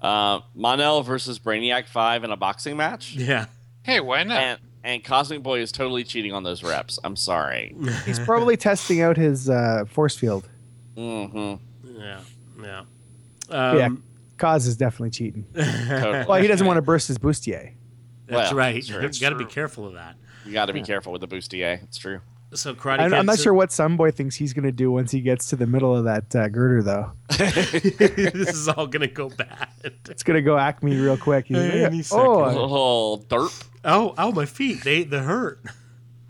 uh, Monel versus Brainiac Five in a boxing match, [LAUGHS] Yeah. Hey, why not? and and Cosmic Boy is totally cheating on those reps. I'm sorry. He's probably testing out his uh, force field. hmm Yeah. Yeah. yeah. Um, Cause is definitely cheating. [LAUGHS] Totally. Well, he doesn't want to burst his bustier. That's Well, right. sure. You've got to be True. careful of that. You got to be careful with the bustier. It's true. So karate. I'm, I'm Kid- [LAUGHS] not sure what some boy thinks he's going to do once he gets to the middle of that uh, girder, though. this is all gonna go bad. [LAUGHS] It's going to go acme real quick. He's Any like, second. oh, Oh, derp. Oh, ow, my feet. They they hurt.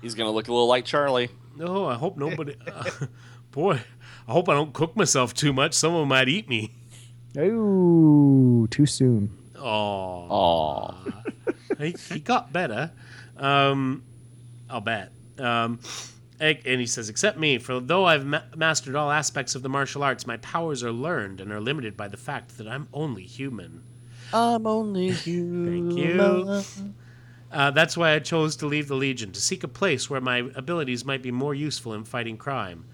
He's gonna look a little like Charlie. No, I hope nobody. [LAUGHS] boy, I hope I don't cook myself too much. Someone might eat me. Oh, too soon. Oh, Oh, he, he got better. Um, I'll bet. Um, and and he says, "Except me, for though I've ma- mastered all aspects of the martial arts, my powers are learned and are limited by the fact that I'm only human." I'm only [LAUGHS] human. Thank you. Uh, that's why I chose to leave the Legion, to seek a place where my abilities might be more useful in fighting crime.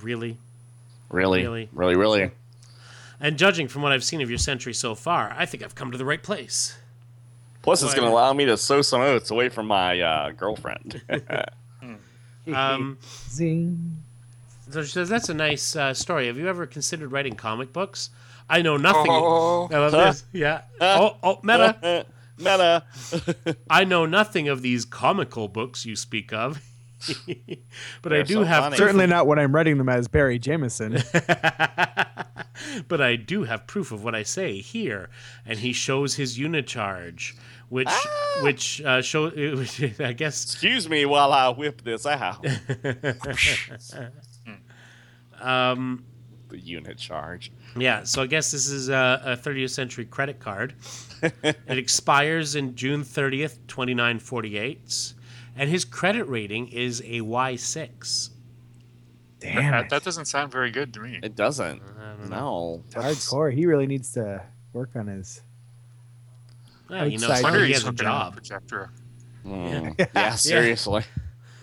Really? Really, Really. really, really, And judging from what I've seen of your century so far, I think I've come to the right [LAUGHS] place. Plus, it's Why- going to allow me to sow some oats away from my uh, girlfriend. [LAUGHS] Um, Zing. so she says, That's a nice uh, story. Have you ever considered writing comic books? I know nothing. Oh. [LAUGHS] I love Huh? [LAUGHS] this. Yeah. Oh, oh, [LAUGHS] meta. Meta. [LAUGHS] I know nothing of these comical books you speak of. [LAUGHS] but I They're do so have funny. proof [LAUGHS] Certainly not what I'm writing them as Barry Jameson. but I do have proof of what I say here. And he shows his unicharge, which Ah. which uh, show [LAUGHS] I guess Excuse me while I whip this out. um, the unit charge. yeah. So I guess this is a, a 30th century credit [LAUGHS] card. it expires in June 30th, 2948, and his credit rating is a Y6. Damn, That, it. that doesn't sound very good to me. It doesn't. Mm. No. hardcore. He really needs to work on his. Well, you know, Outside it's not I wonder like he he's has a hooking up a job. projector. Mm. Yeah. seriously.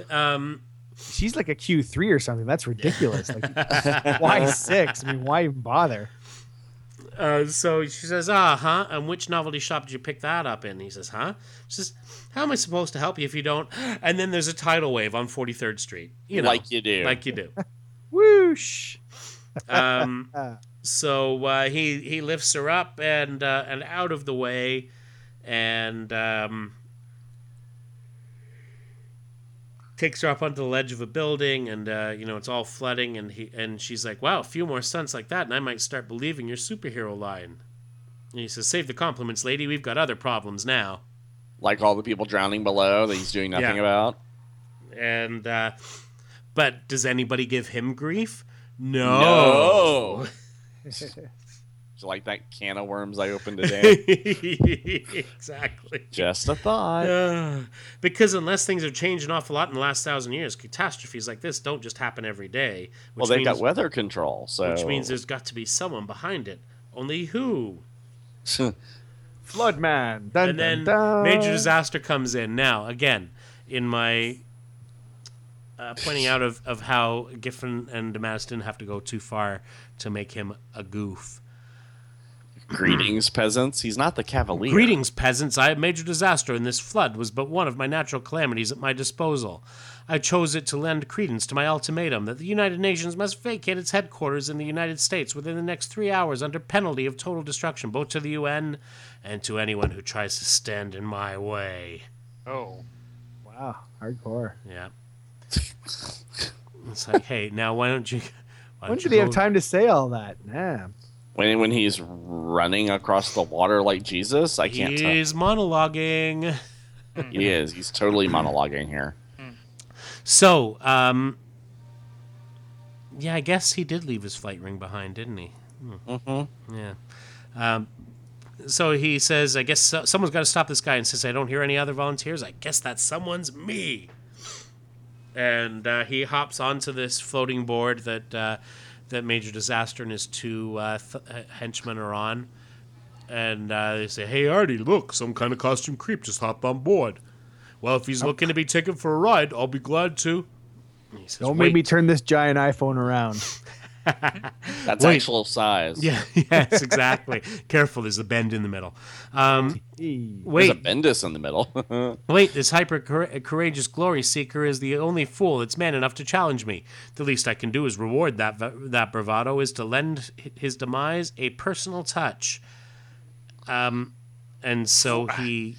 Um, She's like a Q three or something. That's ridiculous. [LAUGHS] Like, why six? I mean, why even bother? Uh, so she says, ah, huh? And which novelty shop did you pick that up in? He says, huh? She says, how am I supposed to help you if you don't? And then there's a tidal wave on 43rd Street. You know, like you do. like you do. Whoosh. Um, Uh, so uh, he, he lifts her up and, uh, and out of the way. And um, takes her up onto the ledge of a building and uh, you know it's all flooding and he and she's like wow a few more stunts like that and i might start believing your superhero line and he says save the compliments lady we've got other problems now like all the people drowning below that he's doing nothing Yeah. about. and uh, but does anybody give him grief [LAUGHS] No. It's like that can of worms I [LAUGHS] opened today. exactly Just a thought. Uh, [SIGHS] because unless things have changed an awful lot in the last thousand years, catastrophes like this don't just happen every day. Which well, they've means, got weather control, so which means there's got to be someone behind it. Only who? [LAUGHS] [LAUGHS] Flood man. Dun, and then dun, dun. major disaster comes in. Now, again, in my uh, pointing out of, of how Giffen and Damaris didn't have to go too far to make him a goof. greetings, peasants. He's not the cavalier. Greetings, peasants. I have major disaster, and this flood was but one of my natural calamities at my disposal. I chose it to lend credence to my ultimatum that the United Nations must vacate its headquarters in the United States within the next three hours under penalty of total destruction, both to the UN and to anyone who tries to stand in my way. Oh, Wow, hardcore. Yeah. it's like, hey, now why don't you? Why When don't you did he have go- time to say all that? Nah. When when he's running across the water like Jesus, I can't tell. He's monologuing. He is. He's totally monologuing here. So, um, yeah, I guess he did leave his flight ring behind, didn't he? Mm-hmm. Yeah. Um, so he says, I guess so- someone's got to stop this guy. And since I don't hear any other volunteers, I guess that someone's me. And uh, he hops onto this floating board that uh, that Major Disaster and his two uh, th- uh, henchmen are on. And uh, they say, Hey, Artie, look, some kind of costume creep just hopped on board. Well, if Oh. he's looking to be taken for a ride, I'll be glad to. And he says, Don't make "Wait." me turn this giant [LAUGHS] iPhone around. That's Wait. actual size. Yeah, [LAUGHS] yes, exactly. Careful, there's a bend in the middle. Um, Eee. There's wait, a Bendis in the middle. [LAUGHS] wait, this hyper cour- courageous glory seeker is the only fool that's man enough to challenge me. The least I can do is reward that va- that bravado is to lend hi- his demise a personal touch. Um, and so he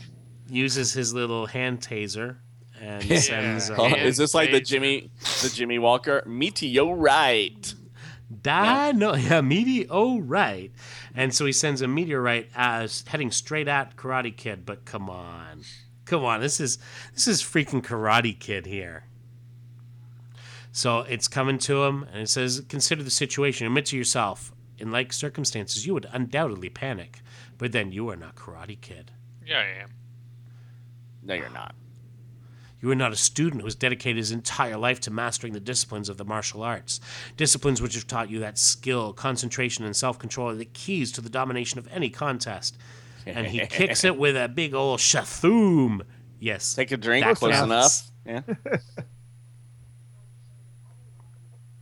uses his little hand taser and sends Oh, uh, Yeah. is this like the Amazing. Jimmy the Jimmy Walker meteorite? Dino, [LAUGHS] yeah, meteorite. And so he sends a meteorite as heading straight at Karate Kid. But come on, come on, this is this is freaking Karate Kid here. So it's coming to him, and it says, Consider the situation. Admit to yourself, in like circumstances, you would undoubtedly panic, but then you are not Karate Kid. Yeah, I am. No, you're not. You are not a student who has dedicated his entire life to mastering the disciplines of the martial arts. Disciplines which have taught you that skill, concentration, and self control are the keys to the domination of any contest. And he kicks it with a big old shathoom. Yes. Take a drink That close counts. enough. Yeah. [LAUGHS]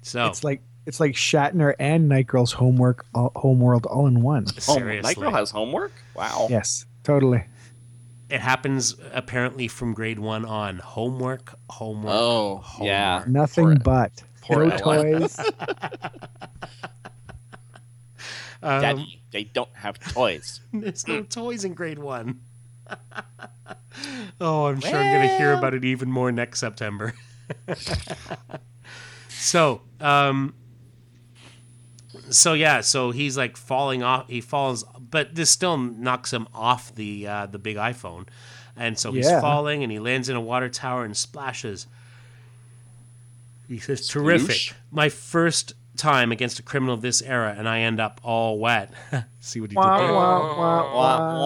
So, It's like it's like Shatner and Night Girl's homework, all, homeworld, all in one. Oh, seriously. Night Girl has homework? Wow. Yes, totally. it happens apparently from grade one on. Homework, homework. Oh, yeah. Homework. Nothing Poor- but poor no Ellen. toys. [LAUGHS] Um, Daddy, they don't [LAUGHS] have toys. There's no toys in grade one. [LAUGHS] oh, I'm sure I'm going to hear Well. about it even more next September. [LAUGHS] so, um, so yeah, so he's like falling off. He falls, but this still knocks him off the uh, the big iPhone, and so he's Yeah. falling and he lands in a water tower and splashes. He says, Sploosh. "Terrific! My first time against a criminal of this era, and I end up all wet." [LAUGHS] See what he did there? Wah, wah, wah, Wow.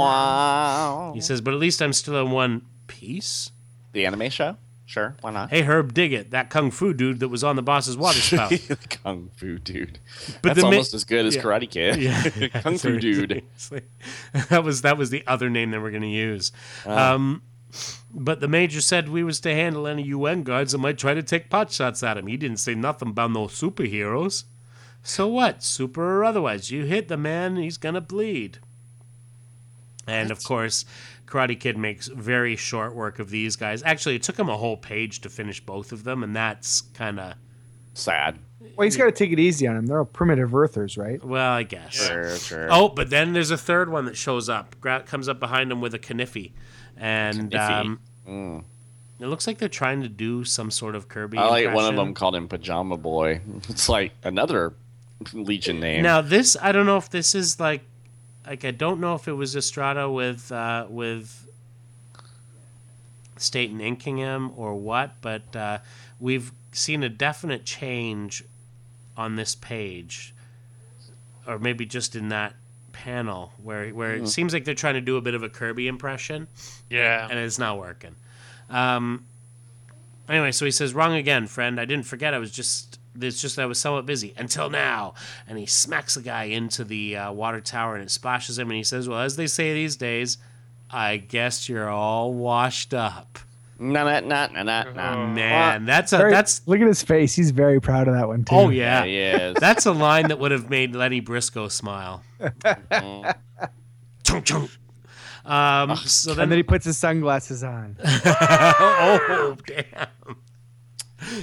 wow. He says, but at least I'm still in one piece. The anime show? Sure. Why not? Hey, Herb, dig it. That kung fu dude that was on the boss's water [LAUGHS] spout. Kung Fu Dude. But That's the mi- almost as good as yeah. Karate Kid. [LAUGHS] Kung Fu Dude. Ah. Seriously. [LAUGHS] that was that was the other name they were going to use. Um, but the major said we was to handle any UN guards that might try to take pot shots at him. He didn't say nothing about no superheroes. So what, super or otherwise? You hit the man, he's gonna bleed. And of course, Karate Kid makes very short work of these guys. Actually, it took him a whole page to finish both of them, and that's kind of Sad. Well, he's got to take it easy on him. They're all primitive Earthers, right? well, I guess. Sure, sure. Oh, but then there's a third one that shows up. Gra- comes up behind him with a kniffy, and Kniffy. Mm. um, it looks like they're trying to do some sort of Kirby. I like one of impression. them called him Pajama Boy. It's like another Legion name. Now this, I don't know if this is like, like I don't know if it was Estrada with uh, with Staten Inkingham or what, but uh, we've seen a definite change on this page, or maybe just in that panel where where it seems like they're trying to do a bit of a Kirby impression. Yeah. and it's not working. Um, anyway, so he says, "Wrong again, friend. I didn't forget. I was just it's just I was somewhat busy until now." And he smacks the guy into the uh, water tower, and it splashes him. And he says, "Well, as they say these days, I guess you're all washed up." Nah, nah, nah, nah, nah, nah. Oh, Man, that's a Very- that's look at his face. He's very proud of that one too. [LAUGHS] oh yeah, Yeah, he is. that's a line that would have made Lenny Briscoe [LAUGHS] smile. Chunk, chunk. Um, so then And then he puts his [LAUGHS] sunglasses on. oh, [LAUGHS] damn.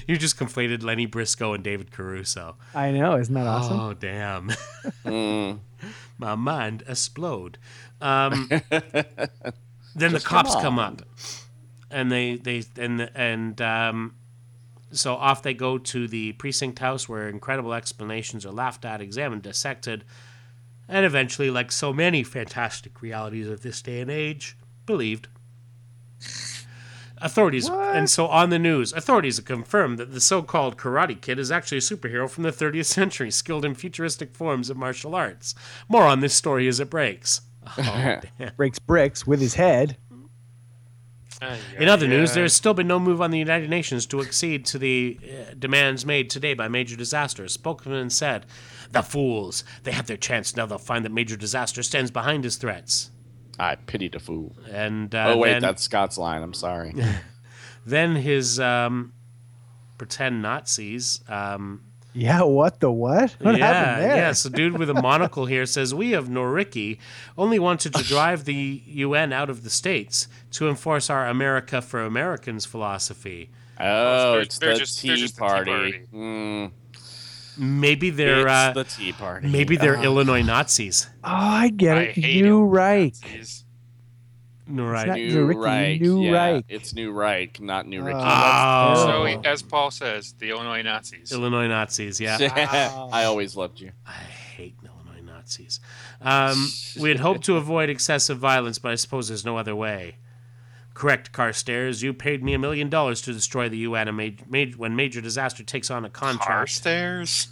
You just conflated Lenny Briscoe and David Caruso. I know, isn't that awesome? Oh, damn. Mm. [LAUGHS] My mind explode. Um, then the cops come come up, and they they and and um, so off they go to the precinct house where incredible explanations are laughed at, examined, dissected, and eventually, like so many fantastic realities of this day and age, believed. Authorities and so on the news, authorities have confirmed that the so-called Karate Kid is actually a superhero from the 30th century, skilled in futuristic forms of martial arts. More on this story as it breaks. Oh, damn. Breaks bricks with his head. Uh, Ay, In other ay, news, ay. there has still been no move on the United Nations to accede to the uh, demands made today by major disasters. Spokesman said, "The fools! They have their chance now. They'll find that major disaster stands behind his threats." I pity the fool. And uh, Oh wait, then, that's Scott's line. I'm sorry. then his um, pretend Nazis. Um, Yeah, what the what? What yeah, happened there? yeah. So, dude with a monocle here says, "We of Noriki only wanted [LAUGHS] to drive the UN out of the states to enforce our America for Americans philosophy. Oh, they're- it's they're the just- they're tea just the Tea party. Party. Mm, Maybe they're." it's uh, the tea party. Maybe they're Ah. Illinois Nazis. Oh, I get I it. hate New it. right. Jeez. Right. not- New New Ricky, Reich. New yeah, Reich. It's New Reich, not New Ricky. [LAUGHS] Ah. That's So, terrible. Oh. as Paul says, the Illinois Nazis. Illinois Nazis, yeah. Wow. I always loved you. I hate Illinois Nazis. Um, we had hoped to avoid excessive violence, but I suppose there's no other way. Correct, Carstairs. You paid me a million dollars to destroy the UN and ma- ma- when Major Disaster takes on a contract. Carstairs?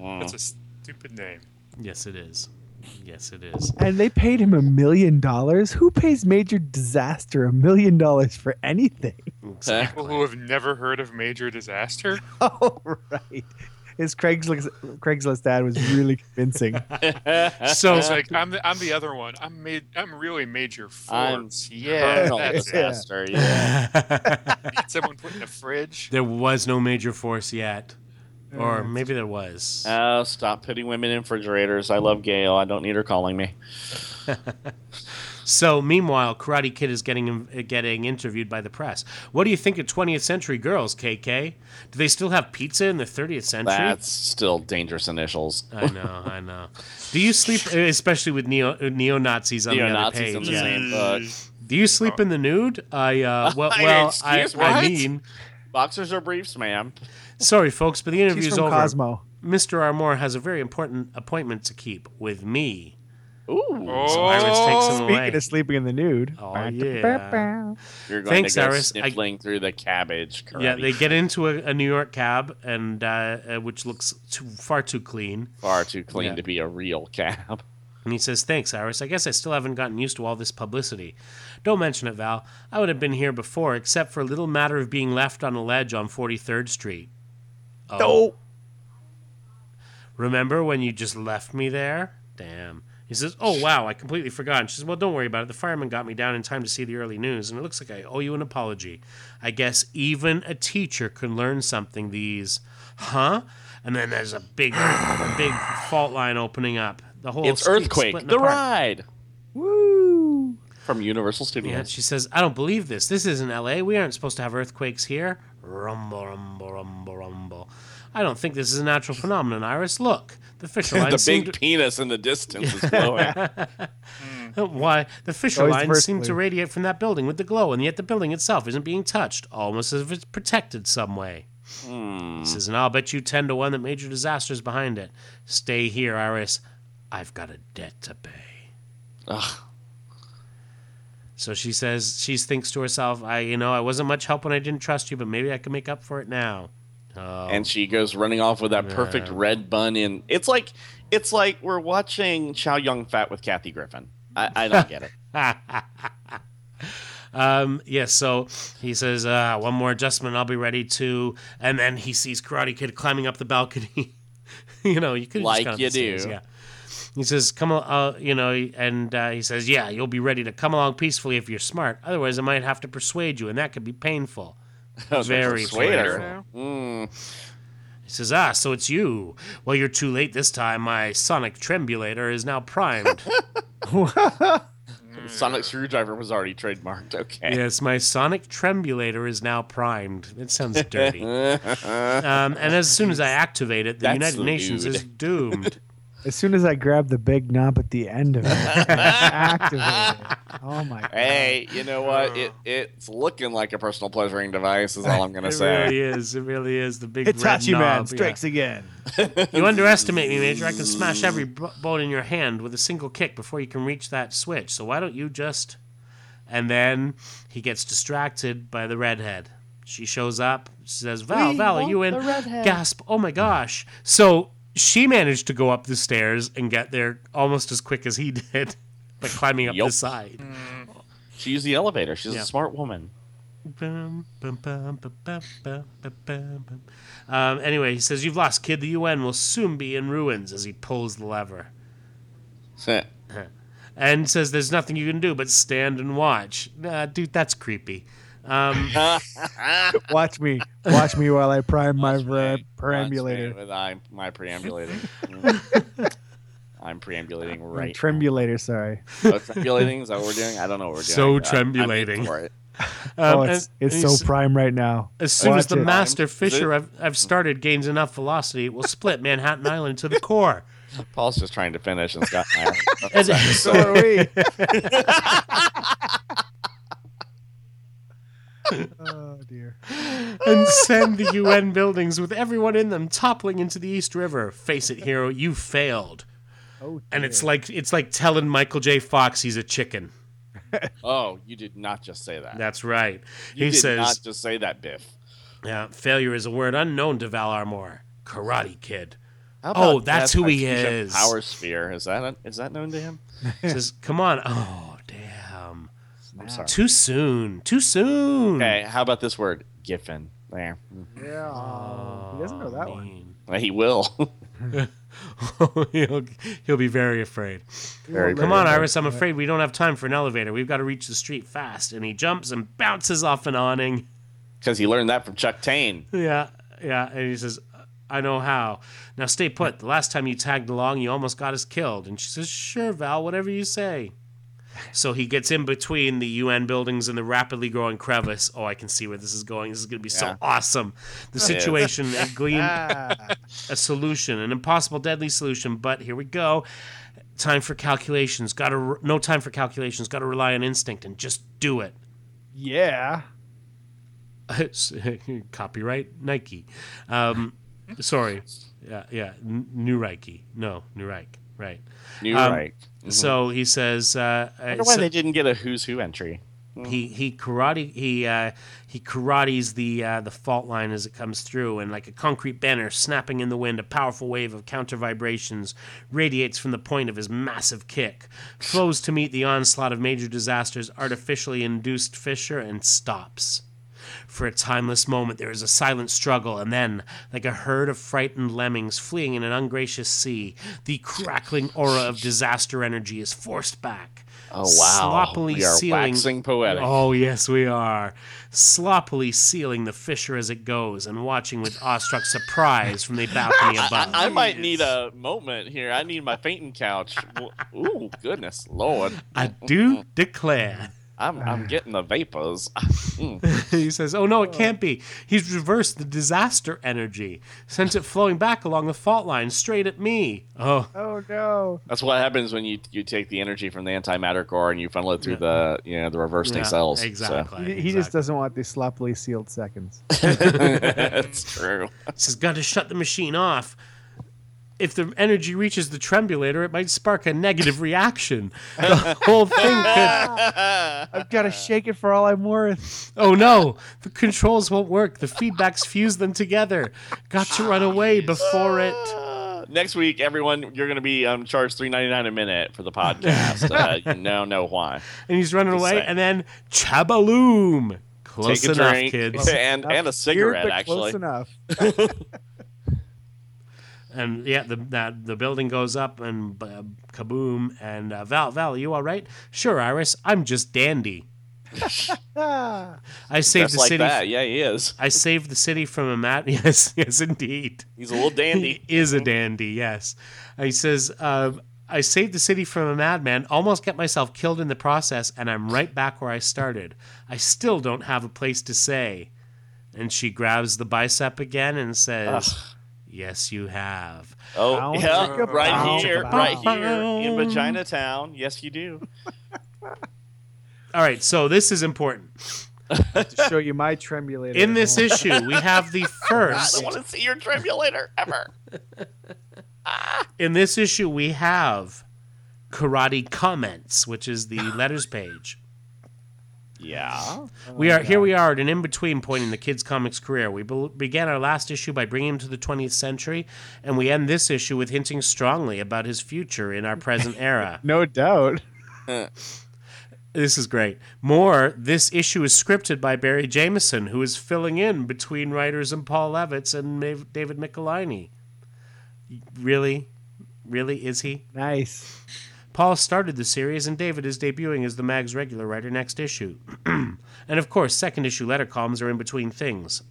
Mm. That's a stupid name. Yes, it is. Yes, it is. And they paid him a million dollars. Who pays major disaster a million dollars for anything? [LAUGHS] Exactly. [LAUGHS] People who have never heard of major disaster? Oh right. His Craigslist Craigslist ad was [LAUGHS] really convincing. So It's like I'm the, I'm the other one. I'm made. I'm really major I'm force. yeah, Colonel that's it. disaster. Yeah. Did someone put in a fridge? [LAUGHS] there was no major force yet, or maybe there was. Oh, stop putting women in refrigerators. I love Gail. I don't need her calling me. So meanwhile, Karate Kid is getting uh, getting interviewed by the press. What do you think of 20th century girls, KK? Do they still have pizza in the 30th century? That's still dangerous initials. I know, I know. Do you sleep, especially with neo neo Nazis on Neo the other Nazis page? in the yeah. same book. Do you sleep in the nude? I [LAUGHS] uh, well, Hey, well, I, excuse I what? mean, Boxers or briefs, ma'am. sorry, folks, but the He's interview's from over. Cosmo. Mr. Armour has a very important appointment to keep with me. Ooh. Oh, So Iris takes him away. Speaking of sleeping in the nude. Oh, yeah. You're going Thanks, to go Iris. I- sniffling through the cabbage. Karate. yeah, they get into a, a New York cab, and uh, uh, which looks too, far too clean. far too clean Yeah. to be a real cab. And he says, Thanks, Iris. I guess I still haven't gotten used to all this publicity. Don't mention it, Val. I would have been here before, except for a little matter of being left on a ledge on 43rd Street. Oh, Remember when you just left me there? Damn. He says, Oh, wow, I completely forgot. And she says, Well, don't worry about it. The fireman got me down in time to see the early news, and it looks like I owe you an apology. I guess even a teacher can learn something these. Huh? And then there's a big, a big fault line opening up. The whole It's street's Earthquake, splitting the apart. ride woo. from Universal Yeah, Studios. she says, I don't believe this. This isn't LA. We aren't supposed to have earthquakes here. Rumble, rumble, rumble, rumble. I don't think this is a natural phenomenon, Iris. Look, the fisher line [LAUGHS] [LAUGHS] the seemed big penis in the distance [LAUGHS] is glowing. Uh, Why the fisher Always the lines first seem to clue. radiate from that building with the glow, and yet the building itself isn't being touched, almost as if it's protected some way. He says, and I'll bet you ten to one that major disaster's behind it. Stay here, Iris. I've got a debt to pay. Ugh. So she says she thinks to herself, I you know, I wasn't much help when I didn't trust you, but maybe I can make up for it now. Oh, and she goes running off with that perfect red bun in. It's like it's like we're watching Chow Young Fat with Kathy Griffin. I, I [LAUGHS] don't get it. Um, yes, so he says, uh, one more adjustment, I'll be ready to. And then he sees Karate Kid climbing up the balcony. [LAUGHS] you know, you could Like just gone up you the stairs, do. Yeah. He says, "Come, al- uh, you know," and uh, he says, "Yeah, you'll be ready to come along peacefully if you're smart. Otherwise, I might have to persuade you, and that could be [LAUGHS] painful." Very Persuader. painful. Mm. He says, Ah, so it's you. Well, you're too late this time. My sonic trembulator is now primed. Sonic Screwdriver was already trademarked. Okay. yes, my sonic trembulator is now primed. That sounds dirty. um, and as soon [LAUGHS] as I activate it, the That's United the Nations dude. is [LAUGHS] doomed. As soon as I grabbed the big knob at the end of it, [LAUGHS] activated. it. [LAUGHS] Oh my god. Hey, you know what? It it's looking like a personal pleasuring device. Is all I'm gonna it say. really is. It really is. The big Hitachi red knob, man yeah. strikes again. You underestimate me, Major. I can smash every b- bone in your hand with a single kick before you can reach that switch. So why don't you just. And then he gets distracted by the redhead. She shows up. She says, Val, Val, are you in? Gasp. Oh my gosh. So she managed to go up the stairs and get there almost as quick as he [LAUGHS] did by climbing up Yup. the side. She used the elevator. She's Yeah. a smart woman. Bum, bum, bum, bum, bum, bum, bum, bum, bum. Um, anyway, he says, You've lost, kid. The UN will soon be in ruins as he pulls the lever. and says there's nothing you can do but stand and watch. Nah, dude, that's creepy. Um, Watch me. Watch me while I prime my Watch ver- me perambulator. With I'm my [LAUGHS] preambulating. I'm preambulating right. Trembulator, Um, sorry. now. Oh, trembulating is that what we're doing? I don't know what we're doing. So but I'm- I'm in trembulating. for it. [LAUGHS] Oh, um, it's, and- it's and so he's- prime right now. As soon as Watch the it. master Is fisher I've, I've started gains enough velocity, it will split Manhattan Island to the core. Paul's just trying to finish and Scott. [LAUGHS] As- So are we. [LAUGHS] oh dear. [LAUGHS] and send the UN buildings with everyone in them toppling into the East River. Face it, hero, you failed. Oh, And it's like it's like telling Michael J. Fox he's a chicken. [LAUGHS] Oh, you did not just say that. That's right. you he did says, not just say that, Biff. yeah, failure is a word unknown to Val Armor. Karate Kid. How Oh, about that's who he Atsushi is. Power Sphere is that is that known to him? says, come on. Oh, damn. I'm sorry. Too soon. Too soon. Okay, how about this word, Giffen? There, Oh, Yeah. Oh, he doesn't know that one. he will. [LAUGHS] one. [LAUGHS] he'll, he'll be very afraid. Very Come on, good. Iris. I'm afraid we don't have time for an elevator. We've got to reach the street fast. And he jumps and bounces off an awning. because he learned that from Chuck Tane. Yeah, yeah. And he says, I know how. Now stay put. The last time you tagged along, you almost got us killed. And she says, Sure, Val, whatever you say. So he gets in between the UN buildings and the rapidly growing crevice. Oh, I can see where this is going. This is going to be Yeah. so awesome. The is. situation and glean Ah, a solution, an impossible deadly solution. But here we go. Time for calculations. Got to no time for calculations. Got to rely on instinct and just do it. yeah. [LAUGHS] copyright Nike. Um, sorry, yeah, yeah, N- New Nike. No, New Reich. Right. New Um, right. So he says. Uh, uh, I wonder why so they didn't get a who's who entry. he he karate he uh, he karates the uh, the fault line as it comes through, and like a concrete banner snapping in the wind, a powerful wave of counter vibrations radiates from the point of his massive kick, flows to meet the onslaught of major disasters, artificially induced fissure, and stops. For a timeless moment, there is a silent struggle, and then, like a herd of frightened lemmings fleeing in an ungracious sea, the crackling aura of disaster energy is forced back. Oh wow! Sloppily we are sealing. waxing poetic. Oh, yes, we are. Sloppily sealing the fissure as it goes and watching with awestruck surprise from the balcony [LAUGHS] I, above. I- I might need a moment here. I need my fainting couch. W- Ooh, goodness lord! I do declare. [LAUGHS] I'm I'm getting the vapors. [LAUGHS] Mm. he says, Oh, no, it can't be. He's reversed the disaster energy, sent it flowing back along the fault line straight at me. Oh, Oh no. That's what happens when you you take the energy from the antimatter core and you funnel it through the you know the reversing yeah, cells. So, Exactly. He, he just uh, exactly. doesn't want the sloppily sealed seconds. [LAUGHS] That's true. He says, Got to shut the machine off. If the energy reaches the trembulator, it might spark a negative reaction. The [LAUGHS] whole thing could I've got to shake it for all I'm worth. Oh no, the controls won't work. The feedbacks fuse them together. Got to run away before it. Ah. Uh, Next week, everyone, you're going to be um, charged three ninety nine a minute for the podcast. uh, you now know why. And he's running Just away, saying. and then chabaloom. Close Take a enough, drink kids. [LAUGHS] and Not and Here, a cigarette but actually. Close [LAUGHS] enough. And yeah, the that, the building goes up and uh, kaboom. And uh, Val, Val, you all right? Sure, Iris. I'm just dandy. Ah, I saved Just the like city. that. Yeah, he is. I saved the city from a mat. [LAUGHS] Yes, yes, indeed. He's a little dandy. He is a dandy, yes. And he says, uh, I saved the city from a madman, almost got myself killed in the process, and I'm right back where I started. I still don't have a place to say. And she grabs the bicep again and says, Yes, you have. [LAUGHS] Oh, Bounce yeah, chicka right bounce here, chicka right bounce. here in Vagina Town. Yes, you do. All right, so this is important. to show you my tremulator. In this [LAUGHS] Oh, issue, we have the I first. don't want to see your tribulator ever. In this issue, we have karate comments, which is the letters page. Yeah. Oh. We are here. We are at an in-between point in the kids' comics career. We be- began our last issue by bringing him to the 20th century, and we end this issue with hinting strongly about his future in our present era. no doubt. [LAUGHS] this is great. More, this issue is scripted by Barry Jameson, who is filling in between writers and Paul Levitz and Ma- David Michelinie. Really, really, is he? Nice. Paul started the series, and David is debuting as the mag's regular writer next issue. [CLEARS THROAT] and of course, second issue letter columns are in between things.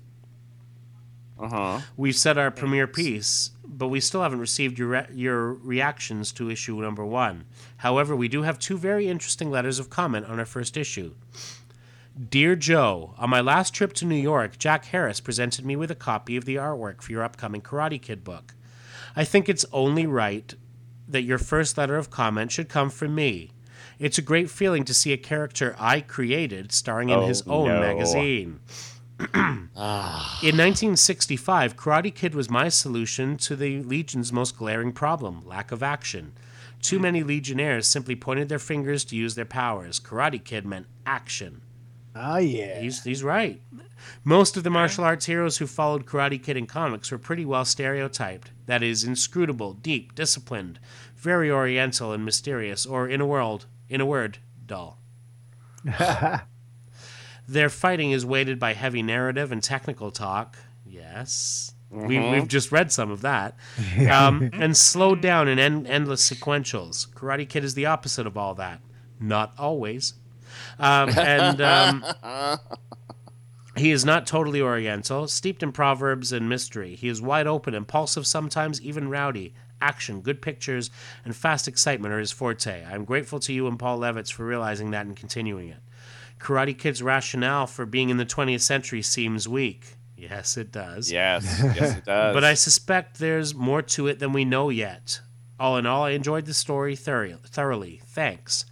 Uh huh. We've set our premiere piece, but we still haven't received your re- your reactions to issue number one. However, we do have two very interesting letters of comment on our first issue. Dear Joe, on my last trip to New York, Jack Harris presented me with a copy of the artwork for your upcoming Karate Kid book. I think it's only right that your first letter of comment should come from me. It's a great feeling to see a character I created starring in Oh, his own no. [CLEARS THROAT] Ah. magazine. In 1965, Karate Kid was my solution to the Legion's most glaring problem lack of action. Too many Legionnaires simply pointed their fingers to use their powers. Karate Kid meant action. Oh yeah. He's, he's right. Most of the martial arts heroes who followed Karate Kid in comics were pretty well stereotyped. That is, inscrutable, deep, disciplined, very oriental and mysterious, or in a world, in a word, dull. Their fighting is weighted by heavy narrative and technical talk. Yes. We, we've just read some of that. Um, and slowed down in en- endless sequentials. Karate Kid is the opposite of all that. Not always. Um, and um, he is not totally oriental, steeped in proverbs and mystery. He is wide open, impulsive, sometimes even rowdy. Action, good pictures, and fast excitement are his forte. I'm grateful to you and Paul Levitz for realizing that and continuing it. Karate Kid's rationale for being in the 20th century seems weak. Yes, it does. Yes, yes, it does. But I suspect there's more to it than we know yet. All in all, I enjoyed the story thor- thoroughly. Thanks,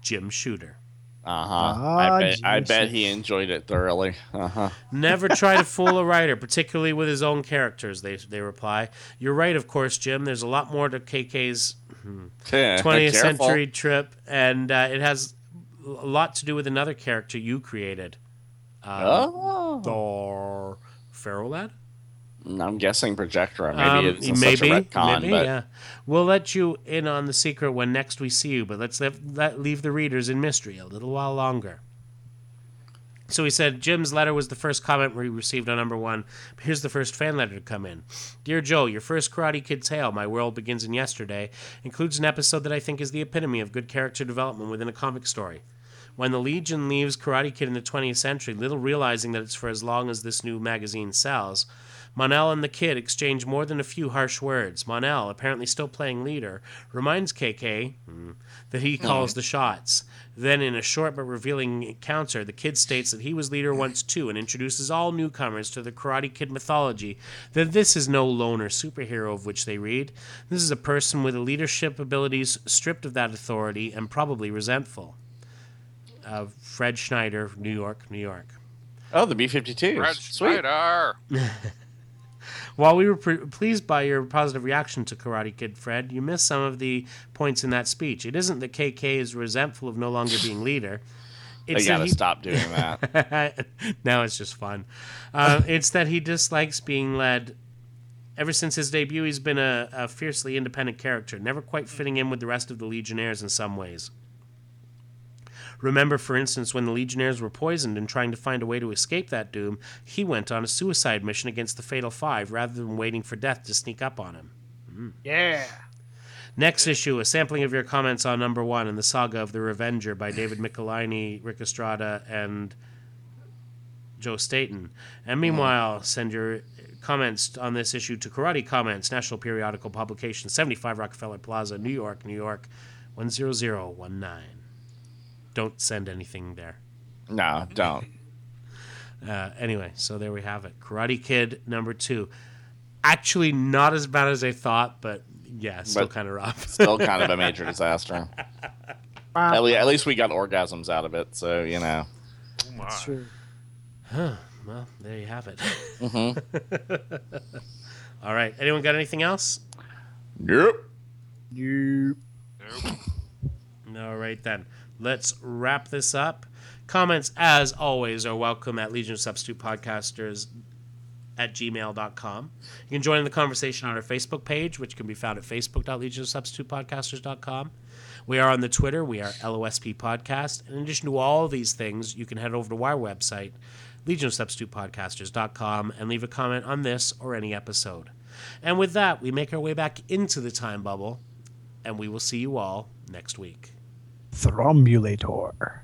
Jim Shooter. Uh huh. I Ah, bet. I Jesus. bet he enjoyed it thoroughly. Uh huh. Never try to fool a writer, particularly with his own characters, they, they reply. You're right, of course, Jim. There's a lot more to KK's Uh, 20th century trip, and uh, it has a lot to do with another character you created. Uh, Oh. Thor. Feral Lad? I'm guessing projector. Maybe Um, it's such a retcon, maybe, but yeah. We'll let you in on the secret when next we see you, but let's leave, let, leave the readers in mystery a little while longer. So he said, Jim's letter was the first comment we received on number one. Here's the first fan letter to come in. Dear Joe, your first Karate Kid tale, My World Begins in Yesterday, includes an episode that I think is the epitome of good character development within a comic story. When the Legion leaves Karate Kid in the 20th century, little realizing that it's for as long as this new magazine sells, Monel and the kid exchange more than a few harsh words. Monel, apparently still playing leader, reminds KK mm, that he calls the shots. Then, in a short but revealing encounter, the kid states that he was leader once too and introduces all newcomers to the Karate Kid mythology, that this is no loner superhero of which they read. This is a person with leadership abilities stripped of that authority and probably resentful. Uh, Fred Schneider, New York, New York. oh, the B-52. Red Sweet. Spider. While we were pre- pleased by your positive reaction to Karate Kid Fred, you missed some of the points in that speech. It isn't that KK is resentful of no longer being leader. They It's that gotta he- stop doing [LAUGHS] that. now it's just fun. Uh, it's that he dislikes being led. Ever since his debut, he's been a, a fiercely independent character, never quite fitting in with the rest of the Legionnaires in some ways. Remember, for instance, when the Legionnaires were poisoned and trying to find a way to escape that doom, he went on a suicide mission against the Fatal Five rather than waiting for death to sneak up on him. Yeah. Next issue, a sampling of your comments on number one in the saga of the Revenger by David Michelini, Rick Estrada, and Joe Staten. And meanwhile, send your comments on this issue to Karate Comments, National Periodical Publication, 75 Rockefeller Plaza, New York, New York, 10019. Don't send anything there. No, don't. Uh, anyway, so there we have it. Karate Kid number two. Actually, not as bad as I thought, but yeah, still But- kind of rough. [LAUGHS] Still kind of a [LAUGHS] major disaster. At, le- at least we got orgasms out of it, so you know. Oh my. That's true. Well, there you have it. Mhm. [LAUGHS] All right. Anyone got anything else? Yep. You. Nope. All right, then. Let's wrap this up. Comments, as always, are welcome at Legion of Substitute Podcasters at gmail.com. You can join in the conversation on our Facebook page, which can be found at facebook.legionofsubstitutepodcasters.com. We are on the Twitter. We are LOSP Podcast. In addition to all these things, you can head over to our website, legionofsubstitutepodcasters.com, and leave a comment on this or any episode. And with that, we make our way back into the time bubble, and we will see you all next week. Thrombulator.